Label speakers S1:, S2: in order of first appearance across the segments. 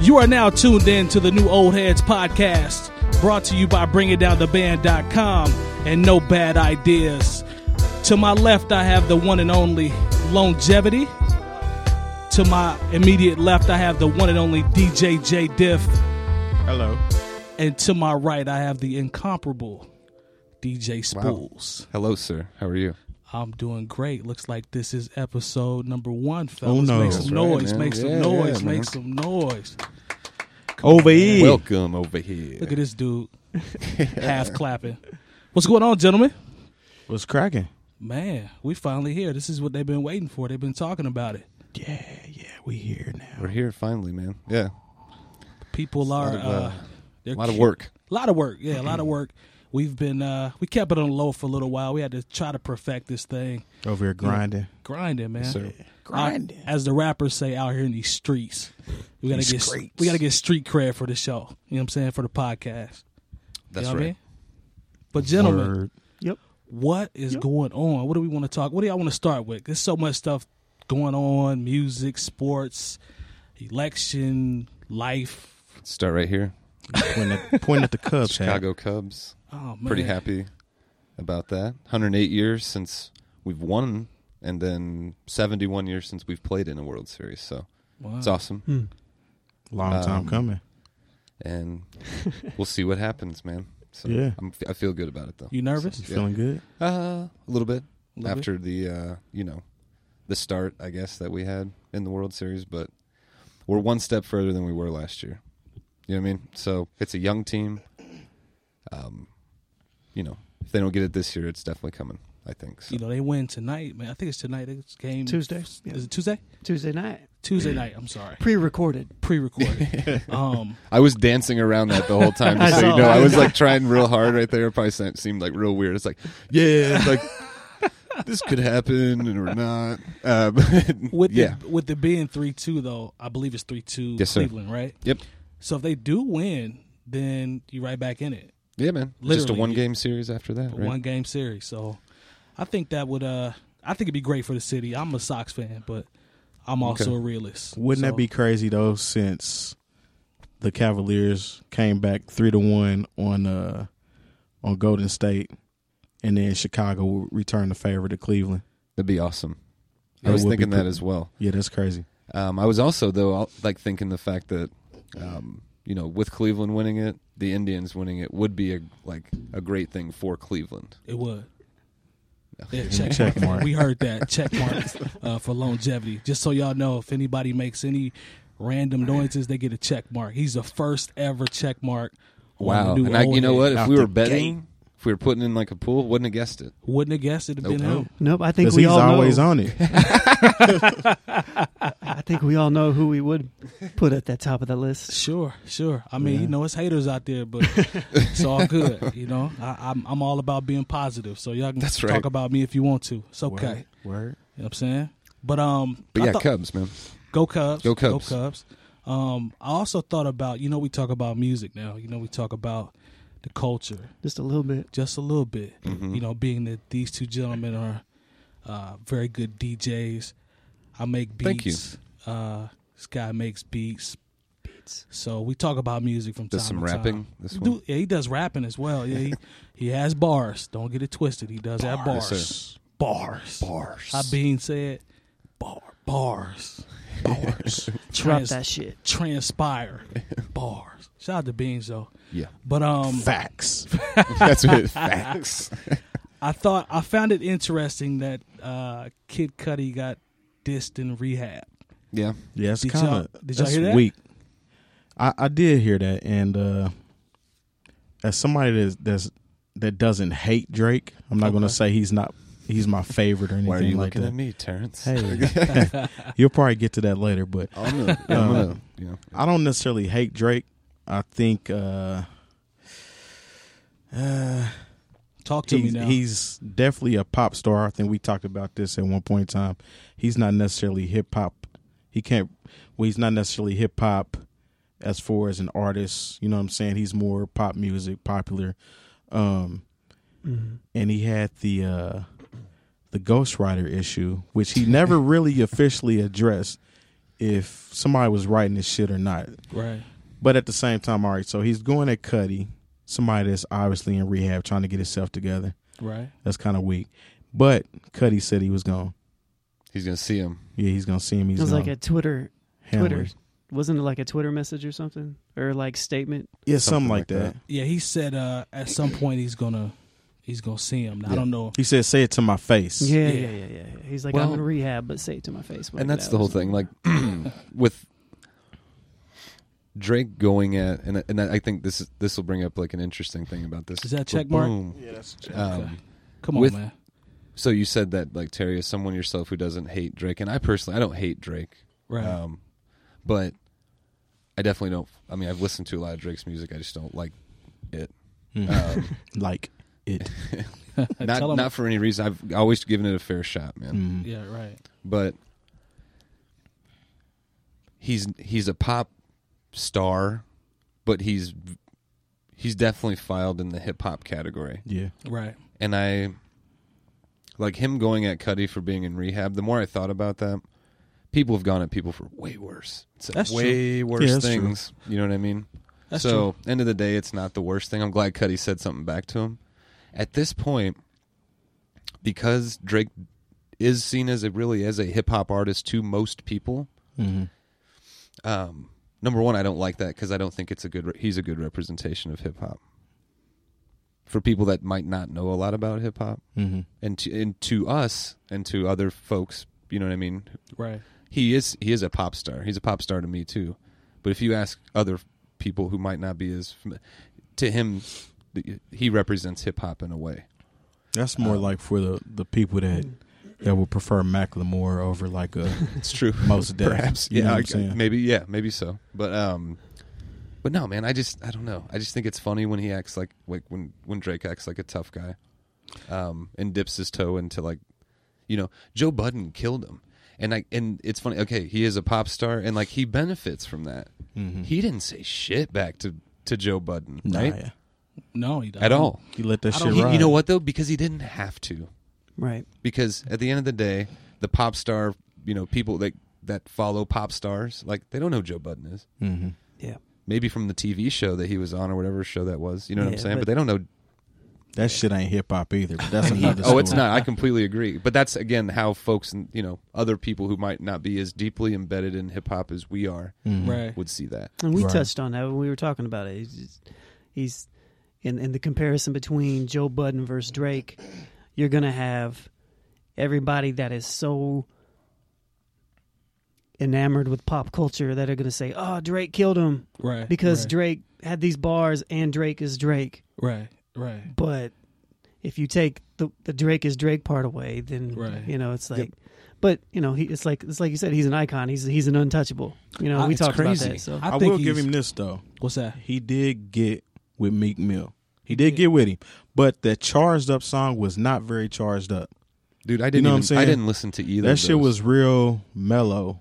S1: You are now tuned in to the new Old Heads podcast, brought to you by BringItDownTheBand.com and No Bad Ideas. To my left, I have the one and only Longevity. To my immediate left, I have the one and only DJ J Diff.
S2: Hello.
S1: And to my right, I have the incomparable DJ Spools.
S3: Hello, sir. How are you?
S1: I'm doing great. Looks like this is episode number one, fellas.
S2: no.
S1: Make some
S3: That's Oh, right,
S1: noise,
S3: man.
S1: make some
S3: Yeah,
S1: noise,
S3: yeah,
S1: make
S3: man.
S1: some noise.
S2: Over here.
S3: Welcome over here.
S1: Look at this dude, half clapping. What's going on, gentlemen?
S2: What's cracking?
S1: Man, we finally here. This is what they've been waiting for. They've been talking about it.
S2: Yeah, yeah, we here now.
S3: We're here finally, man. Yeah.
S1: People are
S3: lot of, uh,
S1: uh,
S3: A lot of work.
S1: A lot of work. Yeah, a lot of work. We've been uh, we kept it on low for a little while. We had to try to perfect this thing.
S2: Over here grinding.
S1: Grinding, man.
S3: sir.
S2: Grinding.
S1: Out- as the rappers say out here in these streets. We gotta
S2: These
S1: get
S2: streets.
S1: we gotta get street cred for the show. You know what I'm saying? For the podcast. You
S3: That's
S1: know what I
S3: right.
S1: mean? But gentlemen,
S2: Word. Yep.
S1: what is going on? What do we want to talk? What do y'all want to start with? There's so much stuff going on: music, sports, election, life.
S3: Start right here.
S2: Point at, point at the Cubs. hat.
S3: Chicago Cubs.
S1: Oh man,
S3: Pretty happy about that. 108 years since we've won, and then 71 years since we've played in a World Series. So
S1: Wow.
S3: it's awesome.
S2: Hmm. Long time
S3: Um,
S2: coming.
S3: And we'll see what happens, man. So
S2: Yeah.
S3: I'm, I feel good about it, though.
S1: You nervous?
S2: You
S3: Yeah.
S2: feeling good?
S3: Uh, a little bit
S1: Little bit?
S3: after the uh, you know the start, I guess that we had in the World Series, but we're one step further than we were last year. You know what I mean? So it's a young team. Um, you know, if they don't get it this year, it's definitely coming. I think. So.
S1: You know they win tonight, man. I think it's tonight. It's game
S4: Tuesday.
S1: Is
S4: Yeah.
S1: it Tuesday?
S4: Tuesday night.
S1: Tuesday night. I'm sorry,
S4: Pre-recorded.
S1: pre-recorded. um,
S3: I was dancing around that the whole time.
S4: I
S3: Just so
S4: saw
S3: you know,
S4: that.
S3: I was like trying real hard right there. It probably se- seemed like real weird. It's like, yeah, it's like this could happen or not. Uh, but
S1: with
S3: yeah,
S1: the, with it being three two though, I believe it's three two
S3: Yes, sir.
S1: Cleveland, right?
S3: yep,
S1: So if they do win, then you right back in it.
S3: yeah, man. Just a
S1: Literally,
S3: one game series after that.
S1: a
S3: Right?
S1: one game series. So I think that would uh I think it'd be great for the city. I'm a Sox fan, but I'm also
S3: Okay.
S1: a realist.
S2: Wouldn't
S1: So,
S2: that be crazy though? Since the Cavaliers came back three to one on uh on Golden State, and then Chicago will return the favor to Cleveland.
S3: That'd be awesome. I
S2: That
S3: was
S2: would be
S3: thinking that
S2: pretty-
S3: as well.
S2: Yeah, that's crazy.
S3: Um, I was also though al- like thinking the fact that um, you know with Cleveland winning it, the Indians winning it would be a like a great thing for Cleveland.
S1: it would. Yeah, check,
S2: Check
S1: mark.
S2: mark.
S1: We heard that check mark uh, for longevity. Just so y'all know, if anybody makes any random noises, they get a check mark. He's the first ever check mark. on
S3: Wow!
S1: the new
S3: And I, you
S1: old
S3: know what?
S1: head.
S3: If
S2: Out
S3: we
S2: the
S3: were betting, if we were putting in like a pool, wouldn't have guessed it.
S1: Wouldn't have guessed it'd have been
S3: Nope.
S1: him.
S4: Nope, I think
S2: Because
S4: we
S2: he's
S4: all
S2: always
S4: know.
S2: on it.
S4: I think we all know who we would put at that top of the list.
S1: Sure, sure. I mean,
S2: Yeah.
S1: you know, it's haters out there, but it's all good. You know, I, I'm I'm all about being positive. So y'all can
S3: That's
S1: talk
S3: right.
S1: about me if you want to. It's okay.
S2: Word, word.
S1: You know what I'm saying? But um,
S3: But
S1: I
S3: yeah,
S1: thought-
S3: Cubs, man.
S1: go Cubs,
S3: Go Cubs.
S1: go Cubs. Um, I also thought about you know we talk about music now. You know we talk about the culture
S4: Just a little bit.
S1: just a little bit.
S3: Mm-hmm.
S1: You know, being that these two gentlemen are uh, very good DJs. I make beats.
S3: Thank you.
S1: Uh, this guy makes beats.
S4: Beats.
S1: So we talk about music from
S3: Does
S1: time
S3: some
S1: to time.
S3: rapping, this
S1: He
S3: one?
S1: do- yeah, he does rapping as well. Yeah, he, he has bars. Don't get it twisted. He does have bars.
S3: Bars. Yes,
S1: bars.
S3: Bars.
S1: How Bean said, bar bars. Bars.
S4: Drop
S1: Trans-
S4: that shit.
S1: Transpire. bars. Shout out to Beans though.
S3: Yeah,
S1: But um
S2: Facts.
S3: that's what facts.
S1: I thought I found it interesting that uh, Kid Cudi got dissed in rehab.
S3: Yeah,
S2: Yeah, it's
S1: Did
S2: kind
S1: y'all-
S2: of
S1: did y'all hear that?
S2: Weak. I, I did hear that, and uh, as somebody that's, that's that doesn't hate Drake, I'm not going to
S1: Okay.
S2: say he's not he's my favorite or anything
S3: why are you
S2: like
S3: looking
S2: that.
S3: at me, Terrence?
S2: Hey, you'll probably get to that later, but
S3: I'm gonna, I'm
S2: Um,
S3: gonna, you know,
S2: I don't necessarily hate Drake. I think uh, uh,
S1: Talk to me
S2: he's,
S1: now.
S2: he's definitely a pop star. I think we talked about this at one point in time. He's not necessarily hip hop. He can't. Well, he's not necessarily hip hop as far as an artist. You know what I'm saying? He's more pop music, popular. Um,
S1: Mm-hmm.
S2: and he had the uh, the Ghost Rider issue, which he never really officially addressed. if somebody was writing this shit or not.
S1: Right.
S2: But at the same time, all right, so he's going at Cuddy, somebody that's obviously in rehab trying to get himself together.
S1: Right.
S2: That's kind of weak. But Cuddy said he was gone.
S3: He's gonna see him.
S2: Yeah, he's going to see him. He's
S4: it was
S2: gonna
S4: like a Twitter,
S2: handle
S4: Twitter,
S2: him.
S4: wasn't it like a Twitter message or something or like statement?
S2: Yeah, something
S3: something
S2: like
S3: like that.
S2: that.
S1: Yeah, he said uh, at some point he's gonna he's gonna see him. Now, I
S3: Yeah.
S1: don't know.
S2: He said, say it to my face.
S1: Yeah.
S4: Yeah, yeah, yeah, yeah. yeah. He's like,
S3: Well-
S4: I'm in rehab, but say it to my face. when
S3: and
S4: I
S3: that's
S4: get
S3: the
S4: out or
S3: whole thing. Like with Drake going at, and and I think this is this will bring up like an interesting thing about this.
S1: Is that check mark?
S3: Boom.
S2: Yeah, that's
S3: Um,
S1: Come on,
S3: With-
S1: man.
S3: so you said that like Terry is someone yourself who doesn't hate Drake, and I personally I don't hate Drake,
S1: Right.
S3: um, but I definitely don't. I mean, I've listened to a lot of Drake's music. I just don't like it. Um,
S2: like it.
S3: not
S1: Tell him-
S3: not for any reason. I've always given it a fair shot, man.
S2: Mhm.
S1: yeah. Right.
S3: but he's he's a pop star, but he's he's definitely filed in the hip hop category.
S2: Yeah.
S1: Right.
S3: And I like him going at Cuddy for being in rehab. The more I thought about that, people have gone at people for way worse, said
S1: That's
S3: way worse
S2: Yeah, that's true.
S3: things. You know what I mean?
S1: That's
S3: so end of the day, it's not the worst thing. I'm glad Cuddy said something back to him. At this point, because Drake is seen as a really as a hip hop artist to most people.
S2: Mhm.
S3: Um, number one, I don't like that because I don't think it's a good. Re- he's a good representation of hip hop for people that might not know a lot about hip hop,
S2: Mhm.
S3: and to, and to us and to other folks, you know what I mean.
S1: Right.
S3: He is he is a pop star. He's a pop star to me too. But if you ask other people who might not be as fam- to him, th- he represents hip hop in a way.
S2: That's
S3: Uh,
S2: more like for the, the people that that would prefer Macklemore over like a
S3: It's true.
S2: Most Def.
S3: Perhaps.
S2: You
S3: Yeah.
S2: know what
S3: I-
S2: I'm saying?
S3: maybe. Yeah. Maybe so. But um, but no, man. I just I don't know. I just think it's funny when he acts like like when when Drake acts like a tough guy, um, and dips his toe into like, you know, Joe Budden killed him, and I and it's funny. Okay, he is a pop star, and like he benefits from that.
S2: Mm-hmm.
S3: He didn't say shit back to to Joe Budden,
S2: nah,
S3: right?
S2: yeah.
S1: No, he doesn't.
S3: At all.
S2: He let that
S1: I
S2: shit
S1: don't-
S3: He-
S2: ride.
S3: you know what though? Because he didn't have to
S4: something. Right.
S3: because at the end of the day, the pop star, you know, people that that follow pop stars, like they don't know who Joe Budden is.
S2: Mm-hmm.
S4: Yeah.
S3: Maybe from the TV show that he was on or whatever show that was. You know what I'm
S4: Yeah,
S3: saying? But,
S4: but-
S3: they don't know.
S2: That shit ain't hip hop either. But that's another.
S3: Oh, it's
S2: story.
S3: not. I completely agree. But that's again how folks and you know other people who might not be as deeply embedded in hip hop as we are
S2: Mhm.
S1: Right.
S3: would see that.
S4: And we
S2: Right.
S4: touched on that when we were talking about it. He's, just- he's in, in the comparison between Joe Budden versus Drake. You're gonna have everybody that is so enamored with pop culture that are gonna say, "Oh, Drake killed him
S1: Right.
S4: because
S1: right,
S4: Drake had these bars, and Drake is Drake."
S1: Right. Right.
S4: But if you take the, the Drake is Drake part away, then
S1: Right.
S4: you know it's like. But you know, he, it's like it's like you said, he's an icon. He's he's an untouchable. You know,
S1: I-
S4: we
S1: it's
S4: talked
S3: crazy.
S4: about that. So
S1: I,
S2: I,
S1: think
S2: will give
S1: he's-
S2: him this though.
S1: What's that?
S2: He did get with Meek Mill. He did get with him, but that charged up song was not very charged up.
S3: Dude, I didn't.
S2: know what I'm
S3: even, I
S2: saying?
S3: didn't listen to either.
S2: that
S3: of
S2: shit
S3: those.
S2: was real mellow,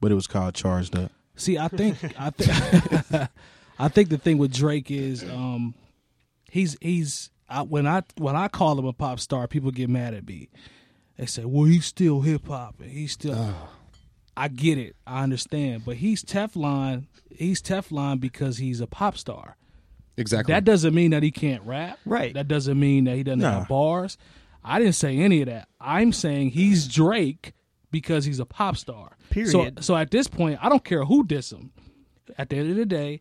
S2: but it was called charged up.
S1: See, I think I think I think the thing with Drake is um he's he's I, when I when I call him a pop star, people get mad at me. They say, "Well, he's still hip hop and he's still." I get it, I understand, but he's Teflon. He's Teflon because he's a pop star.
S3: exactly.
S1: That doesn't mean that he can't rap.
S4: Right.
S1: That doesn't mean that he doesn't
S2: Nah.
S1: have bars. I didn't say any of that. I'm saying he's Drake because he's a pop star. So,
S4: Period.
S1: so at this point, I don't care who diss him. At the end of the day,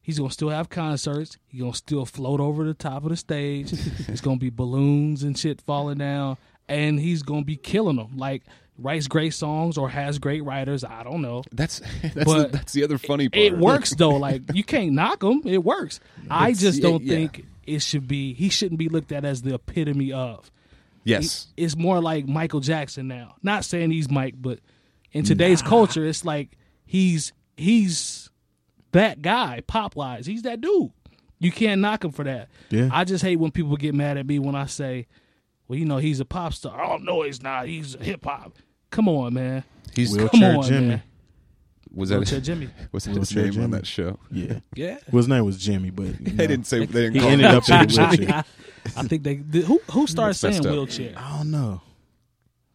S1: he's gonna still have concerts. He's gonna still float over the top of the stage. it's gonna be balloons and shit falling down, and he's gonna be killing them. Like writes great songs or has great writers. I don't know.
S3: that's that's the,
S1: But
S3: that's the other funny part.
S1: It works though. Like you can't knock them. It works. I just
S3: yeah,
S1: don't
S3: yeah.
S1: think it should be. He shouldn't be looked at as the epitome of.
S3: Yes.
S1: It's more like Michael Jackson now. Not saying he's Mike, but in today's culture, it's like he's he's that guy pop wise. He's that dude. You can't knock him for that.
S2: Yeah.
S1: I just hate when people get mad at me when I say, "Well, you know, he's a pop star." Oh no, he's not. He's hip hop. Come on, man.
S3: He's
S2: Will-
S1: Come
S2: Wheelchair
S1: on,
S2: Jimmy.
S1: man.
S3: was that
S1: Wheelchair Jimmy.
S3: was that his
S2: Wheelchair
S3: name on
S2: Jimmy.
S3: that show?
S2: Yeah,
S1: Yeah.
S2: well, his name was Jimmy, but you know.
S3: They didn't say they didn't
S2: He
S3: call
S2: ended
S3: him
S2: up in a
S3: Jimmy.
S2: wheelchair.
S1: I think they did, who who started
S3: That's
S1: saying
S3: messed up.
S1: wheelchair.
S2: I don't know.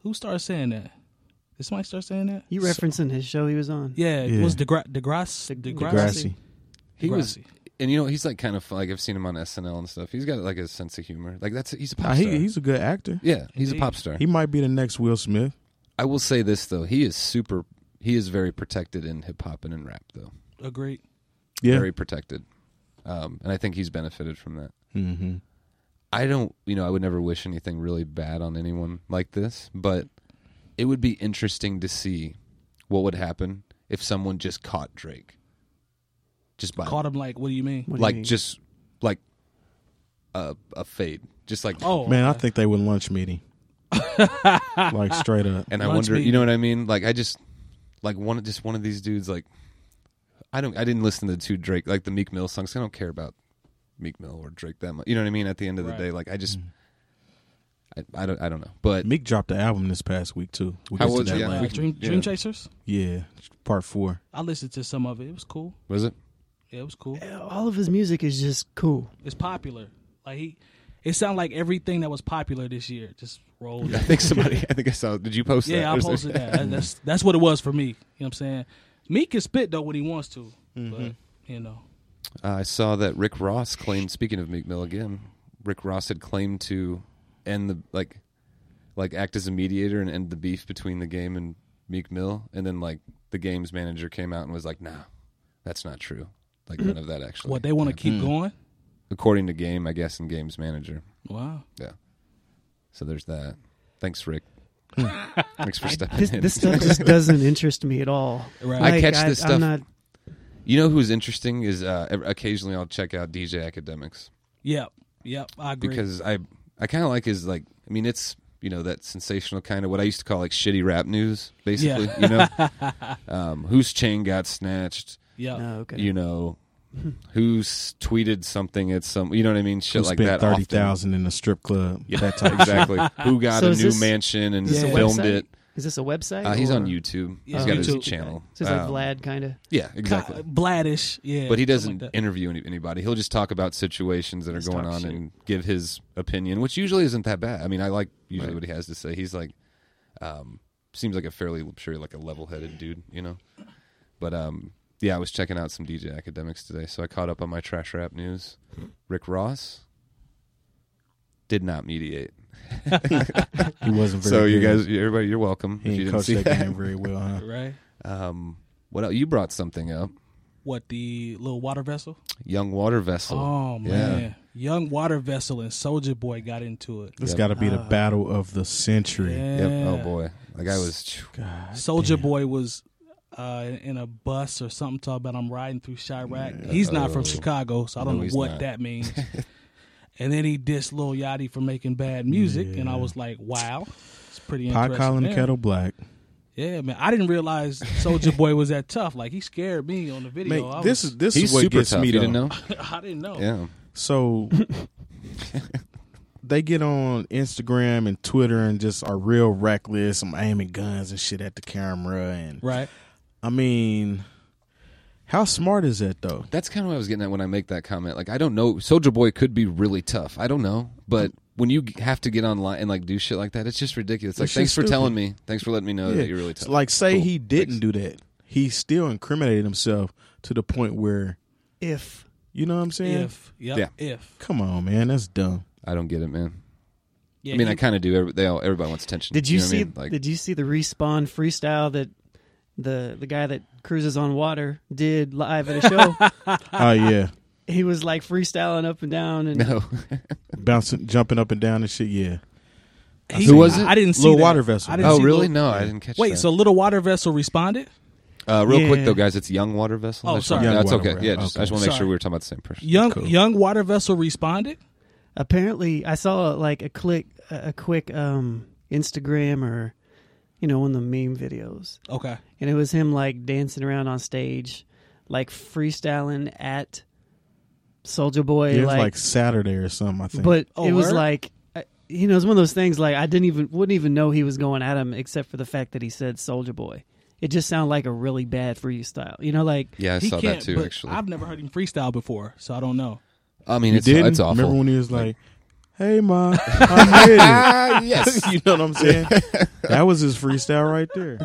S1: Who started saying that?
S2: Did somebody start saying that?
S4: You referencing his show he was on?
S1: Yeah, it
S2: Yeah.
S1: was DeGra- DeGrasse.
S4: De-
S2: Degrassi.
S3: He was,
S1: Degrassi.
S3: and you know, he's like kind of fun. like I've seen him on SNL and stuff. He's got like a sense of humor. Like that's he's a pop
S2: Nah,
S3: star.
S2: he, he's a good actor.
S3: yeah, he's
S1: Indeed.
S3: a pop star.
S2: He might be the next Will Smith.
S3: I will say this though, he is super. He is very protected in hip hop and in rap though.
S1: Agreed.
S2: Yeah.
S3: Very protected, um, and I think he's benefited from that.
S2: mm-hmm.
S3: I don't, you know, I would never wish anything really bad on anyone like this, but it would be interesting to see what would happen if someone just caught Drake. Just by
S1: Caught him like, what do you mean?
S4: What do you
S3: like
S4: mean?
S3: just like a a fade. Just like
S1: Oh,
S2: Man, I
S1: okay.
S2: think they would lunch meeting. like straight up.
S3: and I
S1: Lunch
S3: wonder,
S1: meeting.
S3: you know what I mean? Like I just like one just one of these dudes like I don't I didn't listen to the two Drake like the Meek Mill songs. I don't care about Meek Mill or Drake that much. You know what I mean? At the end of
S1: Right.
S3: the day, like I just
S1: Mm-hmm.
S3: I, I don't I don't know. But
S2: Meek dropped the album this past week too. We'll
S3: How
S2: get to
S3: was-
S2: that
S3: yeah.
S1: Uh,
S2: later.
S3: we can-
S1: Dream, Dream
S3: yeah.
S1: Chasers.
S2: Yeah, part four.
S1: I listened to some of it. It was cool.
S3: was it?
S1: Yeah, it was cool.
S4: all of his music is just cool.
S1: It's popular. Like he, it sounded like everything that was popular this year just rolled.
S3: I think somebody. I think I saw. Did you post that?
S1: Yeah, I
S3: There's a-
S1: posted that. That- That's that's what it was for me. You know what I'm saying? Meek can spit though when he wants to,
S2: Mm-hmm.
S1: but you know,
S3: Uh, I saw that Rick Ross claimed. Speaking of Meek Mill again, Rick Ross had claimed to end the like, like act as a mediator and end the beef between the game and Meek Mill, and then like the game's manager came out and was like, "Nah, that's not true. Like none of that actually."
S1: what they want to keep
S2: Mm-hmm.
S1: going.
S3: according to game, I guess, and game's manager.
S1: Wow.
S3: Yeah. So there's that. Thanks, Rick. Thanks for stepping
S4: This,
S3: in.
S4: this stuff just doesn't interest me at all.
S1: Right.
S3: I catch this
S4: I'm
S3: stuff-
S4: not,
S3: you know who's interesting is uh, occasionally I'll check out DJ Academics.
S1: Yep. Yep. I agree.
S3: because I I kind of like his like I mean it's you know that sensational kind of what I used to call like shitty rap news basically you know um, whose chain got snatched
S1: yep.
S4: no, okay.
S3: uh, you know who's tweeted something at some you know what I mean shit
S2: Who
S3: like
S2: spent
S3: that often.
S2: thirty thousand in a strip club.
S3: Yeah,
S2: That type.
S3: exactly who got
S4: So
S3: a new
S4: is this-
S3: mansion and
S4: is this
S1: a
S3: filmed
S4: website?
S3: it
S4: Is this a website?
S3: uh, he's
S4: or- Oh,
S3: on YouTube
S1: Yeah,
S3: he's got his
S1: YouTube.
S3: channel
S4: Is this like
S3: Um,
S4: Vlad kind of?
S3: yeah exactly
S1: Ki- Bladish. Yeah.
S3: but he
S1: something
S3: doesn't
S1: like that.
S3: interview any, anybody. He'll just talk about situations that are
S4: Just
S3: going
S4: talk
S3: on
S4: shit.
S3: and give his opinion, which usually isn't that bad. I mean, I like usually what he has to say. He's like, um, seems like a fairly I'm sure like a level-headed dude, you know. But um, yeah, I was checking out some DJ academics today, so I caught up on my trash rap news. Rick Ross did not mediate,
S2: He wasn't very.
S3: so you
S2: good.
S3: guys, everybody, you're welcome.
S2: he
S3: if
S2: didn't
S3: you didn't
S2: coach
S3: see
S2: that
S3: that.
S2: game very well, huh?
S1: right.
S3: Um, what else? You brought something up,
S1: What the little water vessel?
S3: Young Water Vessel.
S1: Oh
S3: Yeah.
S1: man, young water vessel and Soldier Boy got into it.
S2: This
S3: Yep.
S2: got to be the
S1: Ah.
S2: battle of the century.
S1: Yeah.
S3: Yep. Oh boy, like I was.
S2: God
S1: Soldier
S2: damn.
S1: Boy was uh, in a bus or something talking about I'm riding through Chirac. He's not from
S3: Uh-oh.
S1: Chicago, so I don't
S3: Oh. No,
S1: know
S3: he's
S1: what
S3: not.
S1: that means. and then he dissed Lil Yachty for making bad music, and I was like, wow, it's pretty
S2: Pot
S1: interesting.
S2: calling the
S1: there.
S2: kettle black.
S1: Yeah, man, I didn't realize Soldier Boy was that tough. Like he scared me on the video. I
S2: Man, this
S1: was-
S2: is this
S3: He's
S2: is what
S3: super
S2: gets
S3: tough.
S2: me
S3: You
S2: though.
S3: didn't know?
S1: I didn't know.
S3: Yeah.
S2: So they get on Instagram and Twitter and just are real reckless. I'm aiming guns and shit at the camera, and
S1: Right.
S2: I mean, how smart is that though?
S3: That's kind of what I was getting at when I make that comment. Like, I don't know. Soldier Boy could be really tough. I don't know. But when you g- have to get online and like do shit like that, it's just ridiculous. Like,
S2: shit's
S3: thanks for
S2: stupid.
S3: telling me. Thanks for letting me know
S2: Yeah.
S3: that you're really tough.
S2: So, like, say
S3: Cool.
S2: he didn't do that, he still incriminated himself to the point where
S4: If
S2: you know what I'm saying.
S1: If. Yep,
S3: Yeah.
S1: If.
S2: Come on, man, that's dumb.
S3: I don't get it, man.
S1: Yeah,
S3: I mean,
S1: he-
S3: I kind of do. Every, they all, everybody wants attention.
S4: did you,
S3: know what I
S4: see
S3: mean? Like,
S4: did you see the respawn freestyle that the the guy that cruises on water did live at a show?
S2: Oh yeah,
S4: he was like freestyling up and down and
S3: no.
S2: bouncing, jumping up and down and shit. Yeah,
S1: he-
S3: Who was it?
S1: I didn't see
S2: Lil
S1: that.
S2: Water Vessel.
S1: I didn't
S3: oh,
S1: see
S3: really?
S1: Lil-
S3: No, I didn't catch.
S1: Wait,
S3: that.
S1: so Little Water Vessel responded?
S3: uh, real quick though,
S4: Yeah.
S3: guys, it's Young Water Vessel.
S1: Oh,
S3: That's
S1: sorry.
S3: fine.
S2: Young
S3: that's
S2: Water
S3: okay.
S2: Vessel.
S3: Yeah, just, I just want to make
S1: Sorry.
S3: sure we were talking about the same person.
S1: Young
S2: Cool.
S1: Young Water Vessel responded.
S4: apparently I saw like a click a a quick um Instagram or you know one of the meme videos
S1: Okay.
S4: and it was him like dancing around on stage like freestyling at Soldier Boy
S2: it was
S4: like,
S2: like Saturday or something. I think.
S4: but
S1: Oh,
S4: it was
S1: word?
S4: like I- you know it's one of those things like I didn't even wouldn't even know he was going at him except for the fact that he said Soldier Boy it just sounded like a really bad freestyle you know like
S3: Yeah, I
S1: he
S3: saw
S1: can't,
S3: that too.
S1: but
S3: Actually,
S1: I've never heard him freestyle before, so I don't know.
S3: I mean,
S2: you
S3: it's
S2: didn't
S3: it's awful.
S2: remember when he was like, Hey, ma, I'm ready.
S3: Ah, yes.
S2: you know what I'm saying? That was his freestyle right there.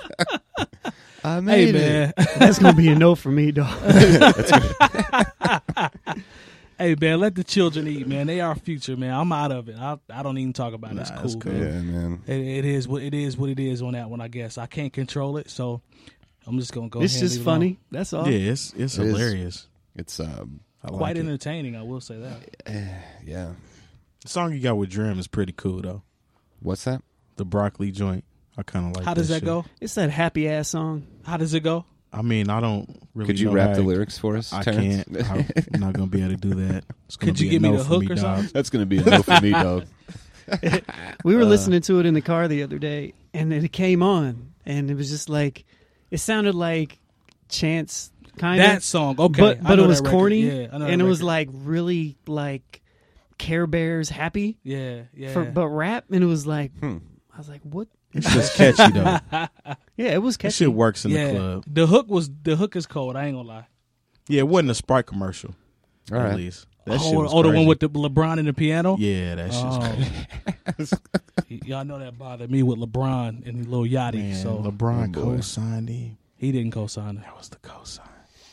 S3: I made
S1: Hey man,
S4: That's gonna be a no for me,
S2: Oh,
S4: dog.
S1: hey man, let the children eat, man. They our future, man. I'm out of it. I I don't even talk about it. It's
S2: Nah,
S1: cool.
S2: that's cool.
S1: man.
S3: Yeah, man.
S1: It, it is what it is. What it is on that one, I guess. I can't control it, so I'm just gonna go.
S4: It's
S1: ahead and
S4: just
S1: leave it alone.
S4: funny. That's all.
S2: Yeah, it's it's
S3: It is.
S2: hilarious.
S3: It's um,
S2: I like
S1: Quite
S2: it.
S1: entertaining, I will say that.
S3: yeah.
S2: The song you got with Drum is pretty cool though.
S3: What's that?
S2: The broccoli joint, I kind of like.
S1: How does that
S2: shit.
S1: go?
S4: It's that happy ass song.
S1: How does it go?
S2: I mean, I don't really.
S3: Could you
S2: know
S3: rap
S2: how
S3: the
S2: it-
S3: lyrics for us?
S2: I
S3: Terrence?
S2: can't. I'm not gonna be able to do that. It's gonna
S1: Could you
S2: be a
S1: give me
S2: no
S1: the
S2: for
S1: hook or
S2: dog.
S1: something?
S3: That's gonna be a no for me, dog.
S4: We
S2: Uh.
S4: were listening to it in the car the other day, and then it came on, and it was just like, it sounded like Chance kind of.
S1: That song, okay.
S4: but
S1: I
S4: but
S1: know
S4: it was
S1: that record.
S4: corny,
S1: yeah. I know that
S4: and it was
S1: record.
S4: like really like Care Bears happy,
S1: yeah, yeah.
S4: for, but rap, and it was like, I was like, what?
S2: It's just catchy though.
S4: Yeah, it was
S2: That
S4: catchy.
S2: shit works in
S1: yeah.
S2: the club.
S1: The hook was the hook is cold. I ain't gonna lie.
S2: Yeah, it wasn't a Sprite commercial.
S3: All
S2: at
S3: right.
S2: least that
S1: oh,
S2: shit was
S1: oh, the one
S2: crazy.
S1: with the LeBron and the piano.
S2: Yeah, that shit's
S1: Oh.
S2: crazy.
S1: Y- Y'all know that bothered me with LeBron and Lil Yachty.
S2: Man,
S1: so
S2: LeBron
S3: Oh, boy.
S2: co-signed him.
S1: he didn't co-sign it.
S2: That was the co-sign.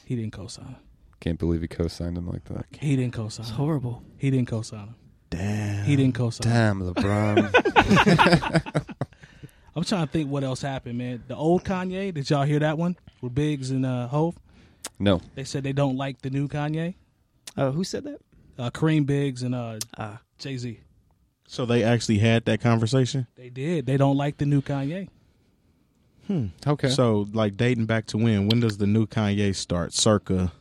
S1: He didn't co-sign
S3: Can't believe he co-signed him like that.
S1: it. He didn't co-sign
S4: It's
S1: it.
S4: horrible.
S1: He didn't co-sign him.
S2: Damn.
S1: He didn't co-sign. it.
S3: Damn, LeBron.
S1: I'm trying to think what else happened, man. The old Kanye. Did y'all hear that one with Biggs and uh, Hove?
S3: no,
S1: They said they don't like the new Kanye.
S4: Uh, who said that?
S1: Uh, Kareem Biggs and uh,
S4: Uh,
S1: Jay Z.
S2: So they actually had that conversation.
S1: They did. They don't like the new Kanye.
S3: okay.
S2: So like dating back to when? When does the new Kanye start? Circa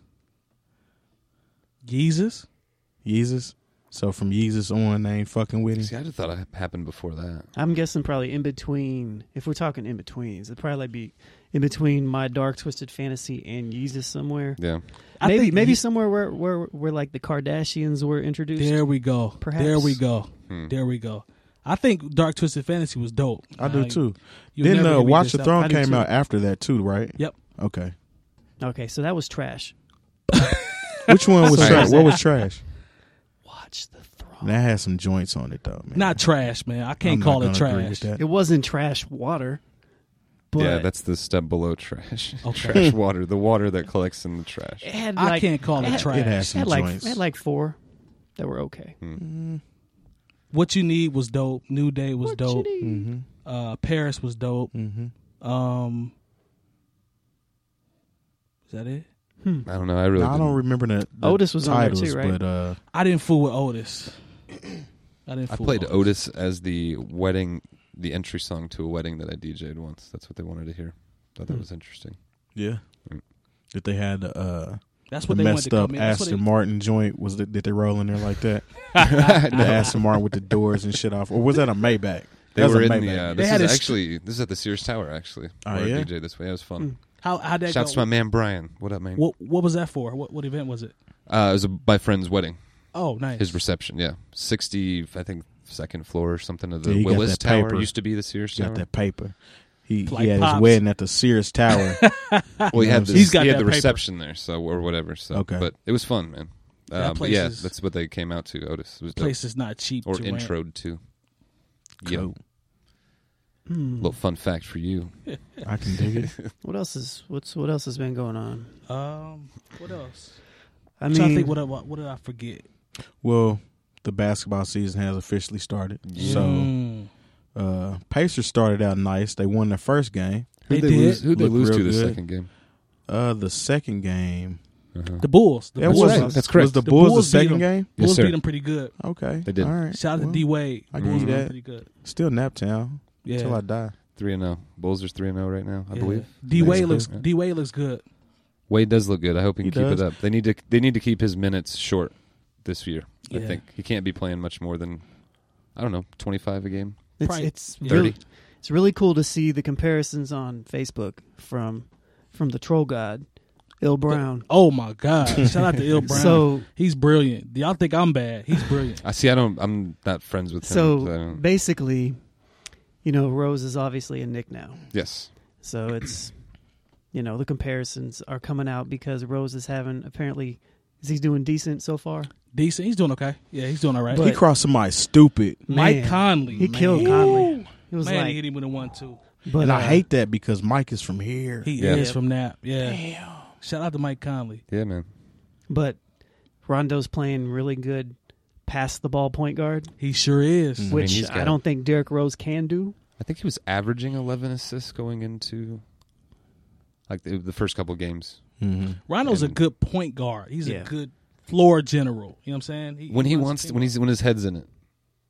S1: Yeezus.
S2: Yeezus. So from Yeezus on, they ain't fucking with him.
S3: See, I just thought it happened before that.
S4: I'm guessing probably in between. If we're talking in betweens, it'd probably be in between my dark twisted fantasy and Yeezus somewhere.
S3: Yeah.
S1: I
S4: maybe
S1: think
S4: maybe
S1: Ye-
S4: somewhere where, where where like the Kardashians were introduced.
S1: There we go.
S4: Perhaps.
S1: There we go. There we go. I think Dark Twisted Fantasy was dope.
S2: Hmm. I do
S1: Like,
S2: too.
S1: you'll
S2: Then
S1: never
S2: uh,
S1: get me
S2: Watch
S1: this
S2: the
S1: up.
S2: Throne
S1: I do
S2: came
S1: too.
S2: out after that too, right?
S1: Yep.
S2: Okay.
S4: Okay, so that was trash.
S2: Which one was
S3: Sorry.
S2: trash? What was trash?
S4: Watch the throne.
S2: That had some joints on it though, man.
S1: Not trash, man. I
S2: I'm
S1: can't
S2: not
S1: call it
S2: gonna agree with
S1: trash.
S2: that.
S4: It wasn't trash water, but
S3: yeah, that's the step below trash.
S1: Okay.
S3: trash water. The water that collects in the trash.
S4: it had
S1: I
S4: like,
S1: can't call it
S4: had-
S1: trash. Mm-hmm.
S2: It had
S4: It
S2: some
S4: had like
S2: joints.
S4: it had like four that were okay.
S1: What you need was dope. New Day was
S4: What you
S1: dope.
S4: need?
S1: Uh, Paris was dope.
S2: Mm-hmm.
S1: Um, is that it?
S3: I don't know. I really
S2: No, I
S3: didn't-
S2: don't remember the, the
S4: Otis was on there,
S2: titles,
S4: too, right?
S2: but uh,
S1: I didn't fool with Otis. I didn't.
S3: I
S1: Fool
S3: played
S1: with
S3: Otis as the wedding, the entry song to a wedding that I DJ'd once. That's what they wanted to hear. Thought that was interesting.
S2: yeah, that they had uh,
S1: That's
S2: the
S1: what they wanted
S2: messed
S1: to
S2: up
S1: come in. That's what
S2: Aston
S1: they,
S2: Martin joint. Was that did they roll in there like that? The Aston Martin with the doors and shit off, or was that a Maybach?
S3: They
S2: That was
S3: were
S2: a
S3: in
S2: Maybach.
S3: the. Uh, this
S1: had a
S3: is
S1: st-
S3: actually this is at the Sears Tower actually.
S2: Oh,
S3: where I
S2: yeah?
S3: DJ this way. It was fun.
S1: how how'd Hmm. that
S3: Shouts to
S1: go?
S3: my man Brian. What up, man?
S1: what what was that for? What what event was it?
S3: Uh, it was a, my friend's wedding.
S1: Oh, nice.
S3: His reception. Yeah, sixty. I think second floor or something of the
S2: Yeah, he got
S3: Willis
S2: that
S3: Tower.
S2: paper.
S3: Used to be the Sears
S2: got
S3: Tower.
S2: that paper. He,
S1: Like
S2: he had
S1: Pops.
S2: his wedding at the Sears Tower.
S3: Well, he had this,
S1: He's got
S3: he had
S1: that
S3: the
S1: paper.
S3: reception there, so or whatever. So,
S2: Okay.
S3: but it was fun, man. Um,
S1: That
S3: but
S1: place
S3: yeah,
S1: is-
S3: that's what they came out to. Otis It was dope.
S1: place is not cheap.
S3: or
S1: to rent.
S3: introed to. Yeah,
S2: cool. Mm.
S1: Mm.
S3: little fun fact for you.
S2: I can dig it.
S4: What else is what's what else has been going on?
S1: Um, what else?
S4: I
S1: I'm trying to
S4: mean,
S1: think what, I- what what did I forget?
S2: Well, the basketball season has officially started. So
S1: Mm.
S2: uh, Pacers started out nice. They won their first game.
S1: They
S3: Who'd
S1: did.
S3: lose, who'd they
S2: Looked
S3: lose
S2: real
S3: to the
S2: good.
S3: second game?
S2: Uh, the second game.
S3: Uh-huh.
S1: the Bulls. The
S2: That
S1: Bulls,
S2: was
S4: right.
S1: Bulls
S3: That's correct.
S2: Was the,
S1: The
S2: Bulls,
S1: Bulls
S2: the
S1: beat
S2: second
S1: them.
S2: game?
S3: Yes, sir.
S1: beat them pretty good.
S2: Okay.
S3: They did.
S2: All right.
S1: Shout out
S2: Well,
S1: to D Wade.
S2: I can
S3: Mhm.
S2: see that.
S1: Pretty good.
S2: Still Naptown
S1: Yeah.
S2: till I die.
S3: Three and zero. Bulls are three and zero right now. I
S1: Yeah.
S3: believe.
S1: D
S3: Yeah.
S1: Wade looks
S3: Yeah.
S1: D Wade looks good.
S3: Wade does look good. I hope he
S2: He
S3: can keep
S2: does.
S3: it up. They need to. They need to keep his minutes short this year. I
S1: Yeah.
S3: think he can't be playing much more than I don't know twenty five a game.
S4: it's
S1: Probably
S4: it's
S1: 30.
S4: really it's really cool to see the comparisons on Facebook from from the troll god, Il Brown.
S1: Oh my God! Shout out to Il Brown.
S4: So-
S1: he's brilliant. Y'all think I'm bad? He's brilliant.
S3: I see. I don't. I'm not friends with him.
S4: So
S3: I don't-
S4: basically, you know, Rose is obviously a Nick now.
S3: yes,
S4: So it's, you know, the comparisons are coming out because Rose is having apparently Is he doing decent so far?
S1: Decent. He's doing okay. Yeah, he's doing all right.
S2: he
S4: But-
S2: crossed somebody stupid,
S1: Mike
S4: Man,
S1: Conley.
S4: He
S1: man.
S4: killed Conley. It was
S1: Man, he
S4: like,
S1: hit him with a one two.
S4: but
S2: and
S4: uh,
S2: I hate that because Mike is from here.
S1: He
S3: Yeah.
S1: is from Nap. Yeah. Shout out to Mike Conley.
S3: Yeah, man.
S4: But Rondo's playing really good past the ball point guard,
S1: He sure is.
S3: Mm. I mean,
S4: which
S3: he's
S4: I,
S3: got-
S4: don't think Derrick Rose can do.
S3: I think he was averaging 11 assists going into like the, the first couple games.
S2: Mhm.
S1: Rondo's a
S3: And-
S1: good point guard. He's
S4: Yeah.
S1: a good floor general. You know what I'm saying?
S3: When he wants,
S1: to-
S3: when he's when his head's in it,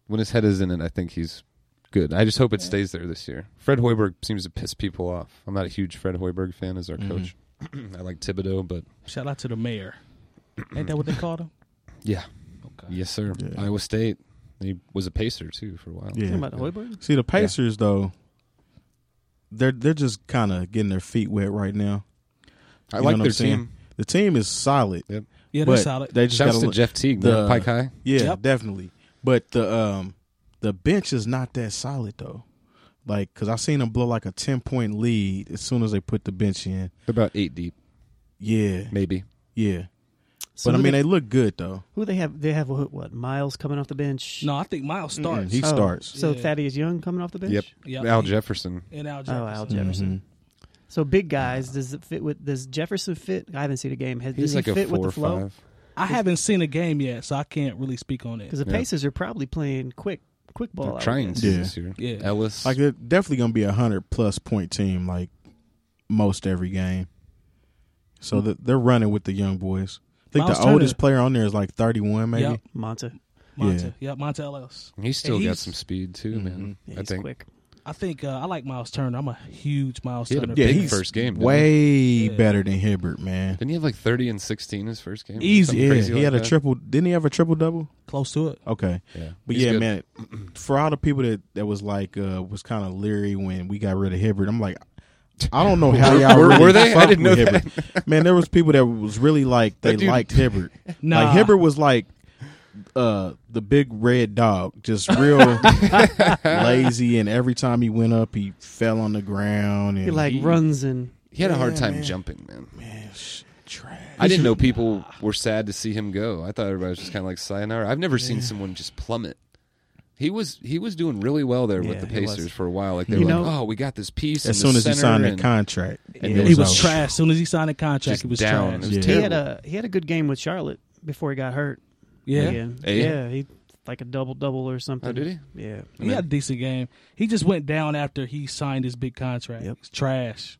S3: when his head is in it, I think he's good. I just hope it stays there this year. Fred Hoiberg seems to piss people off. I'm not a huge Fred Hoiberg fan as our coach. I like Thibodeau, but
S1: shout out to the mayor. Ain't that what they called him?
S3: yeah,
S1: Okay.
S3: yes, sir.
S2: Yeah.
S3: Iowa State. He was a pacer too for a while.
S2: Yeah.
S4: Talking about Hoiberg?
S2: See the Pacers though, they're they're just kind of getting their feet wet right now.
S3: I
S2: You know
S3: like
S2: what I'm
S3: their
S2: saying?
S3: team.
S2: The team is solid.
S3: Yep.
S1: Yeah,
S2: but
S1: that's solid.
S2: They just
S3: Shouts
S2: gotta
S3: to
S2: look-
S3: Jeff Teague,
S2: the-
S3: man, Pike High.
S2: Yeah,
S1: Yep.
S2: definitely. But the um the bench is not that solid though. Like, cause I seen them blow like a ten point lead as soon as they put the bench in.
S3: They're about eight deep,
S2: Yeah,
S3: maybe.
S2: yeah.
S4: So
S2: but I
S4: who
S2: mean,
S4: they,
S2: they look good though.
S4: who they have? They have what, what? Miles coming off the bench.
S1: no, I think Miles starts.
S2: Mm-mm, he
S4: Oh,
S2: starts.
S4: So
S1: Yeah.
S4: Thaddeus Young coming off the bench.
S3: Yep.
S1: Yep.
S3: Al Jefferson.
S1: and Al Jefferson.
S4: Oh, Al Jefferson.
S2: Mhm.
S4: So big guys, does it fit with? Does Jefferson fit? I haven't seen a game. Has,
S3: He's
S4: does he
S3: like a
S4: fit with
S3: four
S4: the
S3: or
S4: flow?
S3: five.
S1: I haven't seen a game yet, so I can't really speak on it.
S4: Because the
S3: Yeah.
S4: Pacers are probably playing quick, quick ball. I
S3: They're
S4: would
S3: trying
S4: guess.
S3: to
S2: Yeah.
S3: this year.
S1: Yeah.
S3: Ellis.
S2: Like, they're definitely gonna be a hundred plus point team. Like most every game. So that they're running with the young boys. I think
S1: Hmm. Miles
S2: the
S1: Turner-
S2: oldest player on there is like thirty one, maybe.
S1: Yep.
S4: Monta,
S1: Monta. Yep, Monta Ellis.
S3: he's still
S1: and
S3: got
S1: he's-
S3: some speed too, man.
S4: yeah,
S3: I
S4: he's
S3: think
S4: quick.
S1: I think uh, I like Miles Turner. I'm a huge Miles
S3: He had a
S1: Turner.
S2: Yeah,
S3: big
S1: fan.
S2: he's
S3: first game. Didn't he?
S2: way
S1: Yeah.
S2: better than Hibbert, man.
S3: Didn't he have like thirty and sixteen his first game?
S1: Easy.
S3: Something
S2: Yeah,
S3: crazy
S2: he
S3: like
S2: had a
S3: that?
S2: triple. Didn't he have a triple double?
S1: close to it.
S2: Okay,
S3: Yeah,
S2: but
S3: He's
S2: yeah,
S3: good.
S2: man. For all the people that that was like uh was kind of leery when we got rid of Hibbert, I'm like, I don't know how y'all
S3: Were-
S2: really
S3: were they? I
S2: fucked
S3: didn't
S2: with
S3: know that.
S2: Hibbert. Man, there was people that was really like they
S3: That dude-
S2: liked Hibbert.
S1: Nah.
S2: Like Hibbert was like uh the big red dog, just real lazy. And every time he went up, he fell on the ground. And
S4: He like
S3: he-
S4: runs and
S3: He had a hard
S2: Yeah,
S3: time
S2: man.
S3: jumping, man.
S2: man, sh- trash.
S3: I didn't know people were sad to see him go. I thought everybody was just kind of like sayonara. I've never seen someone just plummet. He was he was doing really well there with
S4: Yeah,
S3: the
S4: he was.
S3: Pacers for a while. Like they
S4: You
S3: were like,
S4: know-
S3: "Oh, we got this
S2: as
S3: piece." in the
S2: soon as he
S3: center
S2: signed
S3: and-
S2: that contract,
S3: and
S2: it
S1: he was
S2: out.
S1: trash. As soon as he signed the contract,
S3: Just
S1: he was
S3: down. It
S1: trash.
S3: was
S2: Yeah.
S4: he
S3: terrible.
S4: had a he had a good game with Charlotte before he got hurt.
S1: Yeah.
S4: again.
S3: Eh?
S4: yeah, he like a double double or something.
S3: oh, did he?
S4: Yeah,
S1: He had a decent game. He just went down after he signed his big contract.
S4: Yep.
S1: It's trash.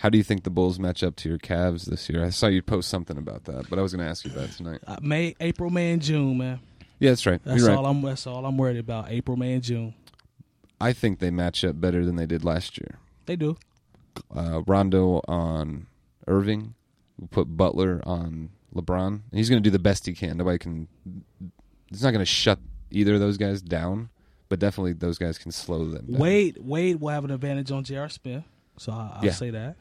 S3: How do you think the Bulls match up to your Cavs this year? I saw you post something about that, but I was going to ask you about it tonight.
S1: Uh, May, April, May, and June, man.
S3: Yeah, that's right.
S1: That's
S3: You're right.
S1: all I'm. That's all I'm worried about. April, May, and June.
S3: I think they match up better than they did last year.
S1: They do.
S3: Uh, Rondo on Irving, we put Butler on LeBron, and he's going to do the best he can. Nobody can. It's not going to shut either of those guys down, but definitely those guys can slow them. down.
S1: Wade, Wade will have an advantage on J.R. Smith, so I, I'll
S3: Yeah.
S1: say that.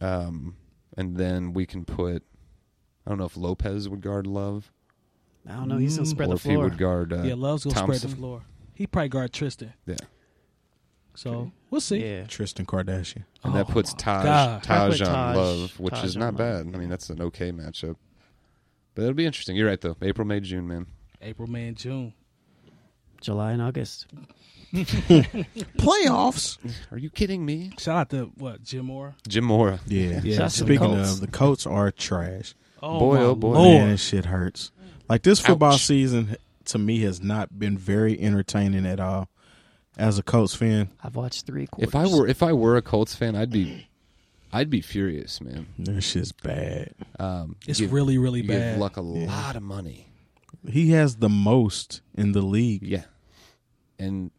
S3: Um, and then we can put. I don't know if Lopez would guard Love,
S4: I don't know. He's gonna
S1: Mm.
S4: spread
S3: or
S4: the
S3: if he
S4: floor.
S3: would guard. Uh,
S1: yeah, Love's gonna spread
S3: Thompson.
S1: the floor. He probably guard Tristan.
S3: Yeah.
S1: So we'll see.
S4: yeah,
S2: Tristan Kardashian.
S3: and that
S1: Oh,
S3: puts
S1: my
S3: Taj
S1: God.
S4: I
S3: Taj
S4: put
S3: on
S4: Taj-
S3: Love, which
S4: Taj
S3: is
S4: on
S3: not
S4: Love,
S3: bad. I
S4: yeah.
S3: mean, that's an okay matchup, but it'll be interesting. You're right though. April, May, June, man.
S1: April, May, and June.
S4: July and August.
S2: Playoffs.
S3: Are you kidding me?
S1: Shout out to what Jim Moore.
S3: Jim Mora.
S2: Yeah.
S1: Yeah.
S4: Shots to the
S2: Speaking
S4: Colts.
S2: of, the Colts are trash.
S1: Oh
S3: Boy,
S1: my
S3: oh, boy.
S1: Lord.
S2: Man, this shit hurts. Like this football
S3: Ouch.
S2: season to me has not been very entertaining at all. As a Colts fan,
S4: I've watched three quarters.
S3: If I were if I were a Colts fan, I'd be I'd be furious, man.
S2: this shit's bad.
S3: Um, you
S1: It's
S3: give-
S1: really, really
S3: you
S1: bad.
S3: Give Luck a lot of money.
S2: He has the most in the league.
S3: Yeah, and